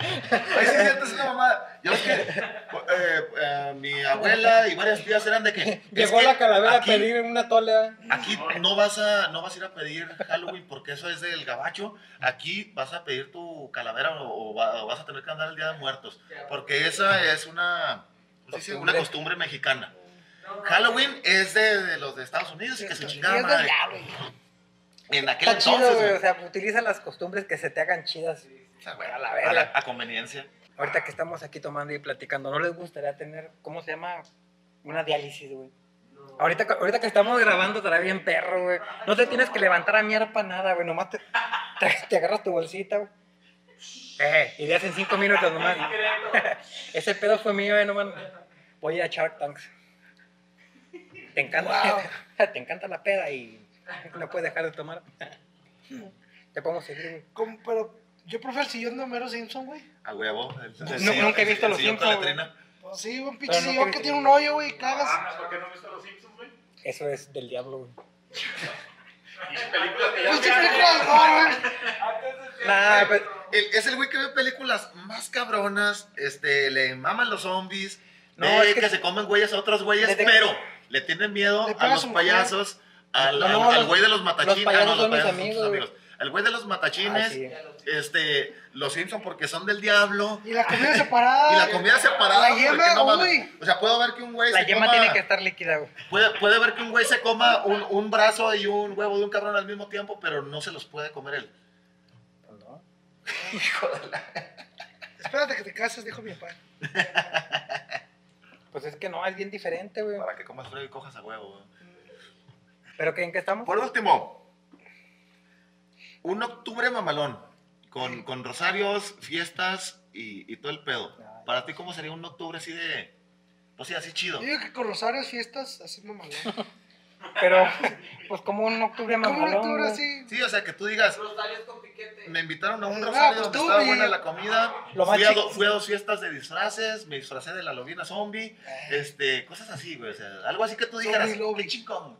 Ay, sí, es cierto, es una mamada. Yo es que eh, eh, mi abuela y varias tías eran de que.
Llegó
es que
la calavera
aquí,
a pedir un atole. güey.
Aquí no vas, a, no vas a ir a pedir Halloween porque eso es del gabacho. Aquí vas a pedir tu calavera o, o va- o vas a tener que andar el Día de Muertos. Porque esa es una, ¿cómo se dice? una
Costumbre.
costumbre mexicana. Halloween es de, de los de Estados Unidos y que su chingada
Y es
madre.
verdad, güey.
En aquel
Está chido,
entonces,
güey,
güey.
O sea, utiliza las costumbres que se te hagan chidas.
O sea, güey,
A la
a, la-
verga.
a conveniencia.
Ahorita que estamos aquí tomando y platicando, ¿no les gustaría tener, cómo se llama? Una diálisis, güey. Ahorita, que- ahorita que estamos grabando, estará bien perro, güey. No te tienes que levantar a mierda para nada, güey. Nomás te, te- te agarras tu bolsita, güey. Eh, ideas en cinco minutos nomás. Ese pedo fue mío, eh, nomás. Voy a ir a Shark Tanks. Te encanta, te encanta la peda y no puedes dejar de tomar. Te podemos seguir, güey.
Como- Pero yo prefiero el sillón de Homero Simpson, güey.
A huevo. El- el
No,
señor-
nunca he visto
el
los
señor
Simpson, güey.
Calatrina.
Pues sí, un pinche
no
sillón
que-
que tiene un hoyo, güey, cagas.
Ah, ¿Por qué no has visto Los Simpsons, güey?
Eso es del diablo, güey.
Y películas que ya
Pinche
se-
Pues, película de horror, güey.
Antes de
Nah, pues,
El- es el güey que ve películas más cabronas, este, le maman los zombies,
No,
ve
es
que,
que-
se comen güeyes a otros güeyes,
Desde-
pero le tienen miedo
Le pega
a
a
los
su mujer.
payasos, al,
No, no,
al- al
los-
güey de los matachines,
los
ah, no,
payasos son mis
son tus
amigos, güey.
Al güey de los matachines,
ah, sí.
este, los Simpson porque son del diablo.
Y la comida separada.
Y la comida separada.
La yema,
porque no mames.
uy.
O sea, puedo ver que un güey
La
se
yema
coma-
tiene que estar líquida, güey.
Puede, puede ver que un güey se coma un, un brazo y un huevo de un cabrón al mismo tiempo, pero no se los puede comer él.
No.
Espérate que te cases, dijo mi papá.
Pues pues es que no, es bien diferente, güey.
Para que comas frío y cojas a huevo. güey.
¿Pero que en qué estamos?
Por último, un octubre mamalón, con, con rosarios, fiestas y, y todo el pedo.
Ay.
Para ti, ¿cómo sería un octubre así de... Pues sí, así chido.
Yo digo que con rosarios, fiestas, así mamalón.
Pero, pues como un octubre más
Como un octubre así.
Sí, o sea, que tú digas,
Rosarios con piquete.
me invitaron a un
Ah,
rosario
pues
donde
tú,
estaba
mi-
buena la comida,
Lo más
fui a,
chido.
do- fui a dos fiestas de disfraces, me disfracé de la lobina zombie, este, cosas así, güey, o sea, algo así que tú dijeras,
Zombie lobby.
qué chingón.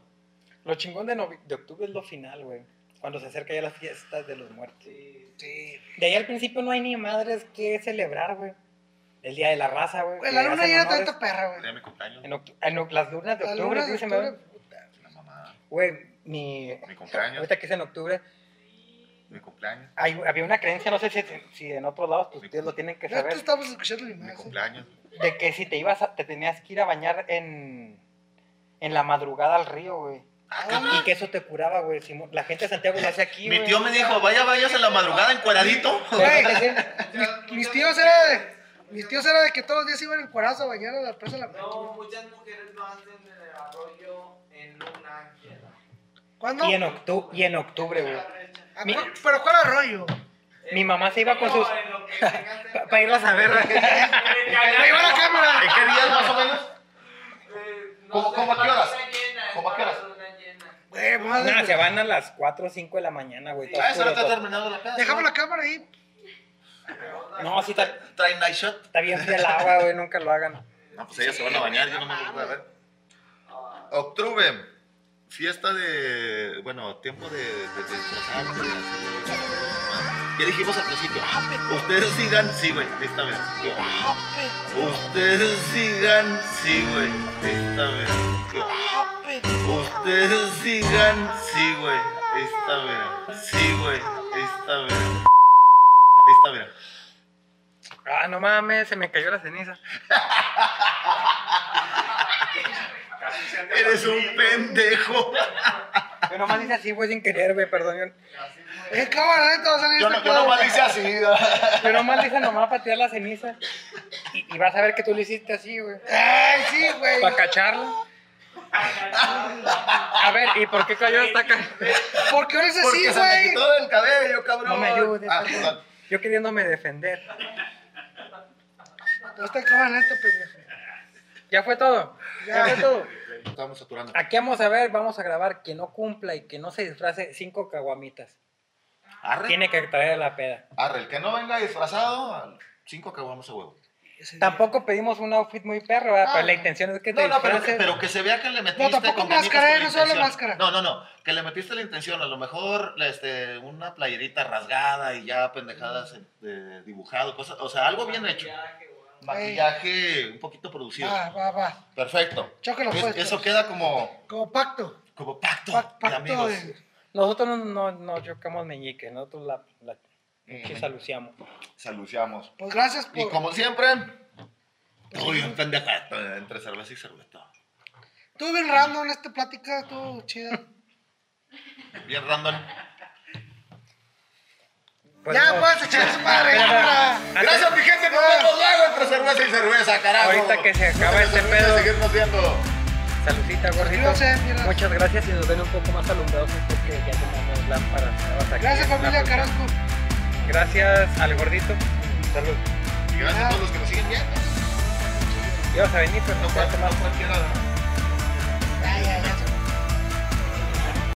Lo chingón de, novi- de octubre es lo final, güey. Cuando se acerca ya las fiestas de los muertos.
Sí.
De ahí al principio no hay ni madres que celebrar, güey. El Día de la Raza, güey.
Güey, La
que
luna
hacen
llena
honores.
tanta perra,
Era
güey.
mi cumpleaños,
En octu- en oc- las lunas de
La
octubre,
luna de
dicen, güey.
octubre,
una mamada,
Güey, mi...
mi cumpleaños,
Ahorita que es en octubre,
mi cumpleaños,
hay, había una creencia, no sé si, si en otros lados tus tíos lo tienen que
Ya te
saber,
estamos escuchando ni
mi
más. ¿eh?
cumpleaños,
de que si te ibas a- te tenías que ir a bañar en, en la madrugada al río, güey.
Ah,
Y que eso te curaba, güey. Si mo- la gente de Santiago lo hace aquí, güey.
mi tío me dijo, vaya, vayas en la madrugada encueradito,
Güey, mis- mis tíos era de- Mis tíos era de que todos los días iban en cuerazo a bañar a la presa de la
No, muchas mujeres no hacen el arroyo en una quiebra.
¿Cuándo?
Y en, octu- y en octubre, güey.
Ah,
mi-
cu- Pero ¿cuál arroyo?
Mi mamá se iba con
No,
sus-
en lo que tengas en
Para irlas a ver, güey.
¡Ahí va la cámara!
¿en qué días más o menos?
Eh, no
¿Cómo-
sé,
cómo a qué
para
horas?
luna llena, es
¿Cómo a qué
para
horas?
luna llena.
Güey, madre.
No, se van a las 4 o 5 de la mañana, güey. todo
Ah, eso no está
oscuro,
terminado la peda.
Dejamos la cámara ahí.
todo. No, sí está,
Trae night shot.
está bien fría el agua, güey. Nunca lo hagan.
No, pues ellas se van a bañar, yo no me los voy a ver. Octubre, fiesta de. Bueno, tiempo de. de, de disfrazarse, de hacer- ¿Qué dijimos al principio? "Ah, Ustedes sigan, sí, güey, esta vez. Yo, Ustedes sigan, sí, güey, esta vez. Yo, Ustedes sigan, sí, güey, esta vez. Sí, güey, esta vez. Esta vez.
Ah, no mames, se me cayó la ceniza.
Casi se anda
Eres un
dormido.
pendejo.
Yo nomás hice así, güey, sin querer, güey, perdón. Yo,
En cámara neta va a salir
Yo,
este
no, yo nomás
pedo.
hice así.
yo nomás le hice nomás para tirar la ceniza. Y, y vas a ver que tú lo hiciste así, güey.
Ay, sí, güey.
Para cacharla. A ver, ¿y por qué cayó hasta acá?
¿Por qué ahora es así,
Porque se me
güey?
quitó el cabello, cabrón.
No me ayudes.
Ah,
perdón.
perdón.
yo queriéndome defender.
No está en cámara lenta, pendejo.
Ya fue todo. Ya fue todo.
Estamos saturando.
Aquí vamos a ver, vamos a grabar que no cumpla y que no se disfrace cinco caguamitas.
Arre,
Tiene que traer la peda.
arre, el que no venga disfrazado, al cinco caguamos a huevo.
Ese
Tampoco pedimos un outfit muy perro, ¿verdad?
Ah.
pero la intención es que te
No, no, pero, que-
disfraces.
pero que se vea que le metiste.
tampoco
con ganitas
máscara,
con
eh, no se vale
intención.
máscara.
No, no, no. Que le metiste la intención. A lo mejor este, una playerita rasgada y ya pendejadas eh, dibujado, cosas. O sea, algo bien hecho.
Maquillaje, güey.
Maquillaje un poquito producido.
Va, Ah, va, va.
Perfecto.
Chócalo,
Es-
pues,
eso
pues.
queda como,
Como pacto.
como pacto,
Pac-
de
pacto
amigos.
de.
Nosotros no, no, no chocamos meñique, nosotros la, la
Mm,
que saluciamos.
Saluciamos.
Pues gracias
Y
por.
como siempre, uy, un pendejato entre cerveza y cerveza.
Estuvo bien random esta plática, estuvo chida.
Bien random.
Pues ah,
ya
no,
puedes echar su madre, cámara.
Gracias, mi gente. Nos vemos luego entre cerveza y cerveza, carajo.
Ahorita que se acaba
Nos
este
olviden de
pedo.
Seguirnos viendo.
Saludita, gordito.
Suscríbanse, eh, mira.
Muchas gracias y nos ven un poco más alumbrados porque ya tenemos lámparas nuevas aquí.
Gracias,
La
familia
próxima.
Carrasco.
Gracias al gordito. Salud.
Y gracias a todos los que nos siguen viendo.
Ibas a venir, pues, pero no
No
puedes
cual-
tomar.
no cualquiera. ¿no?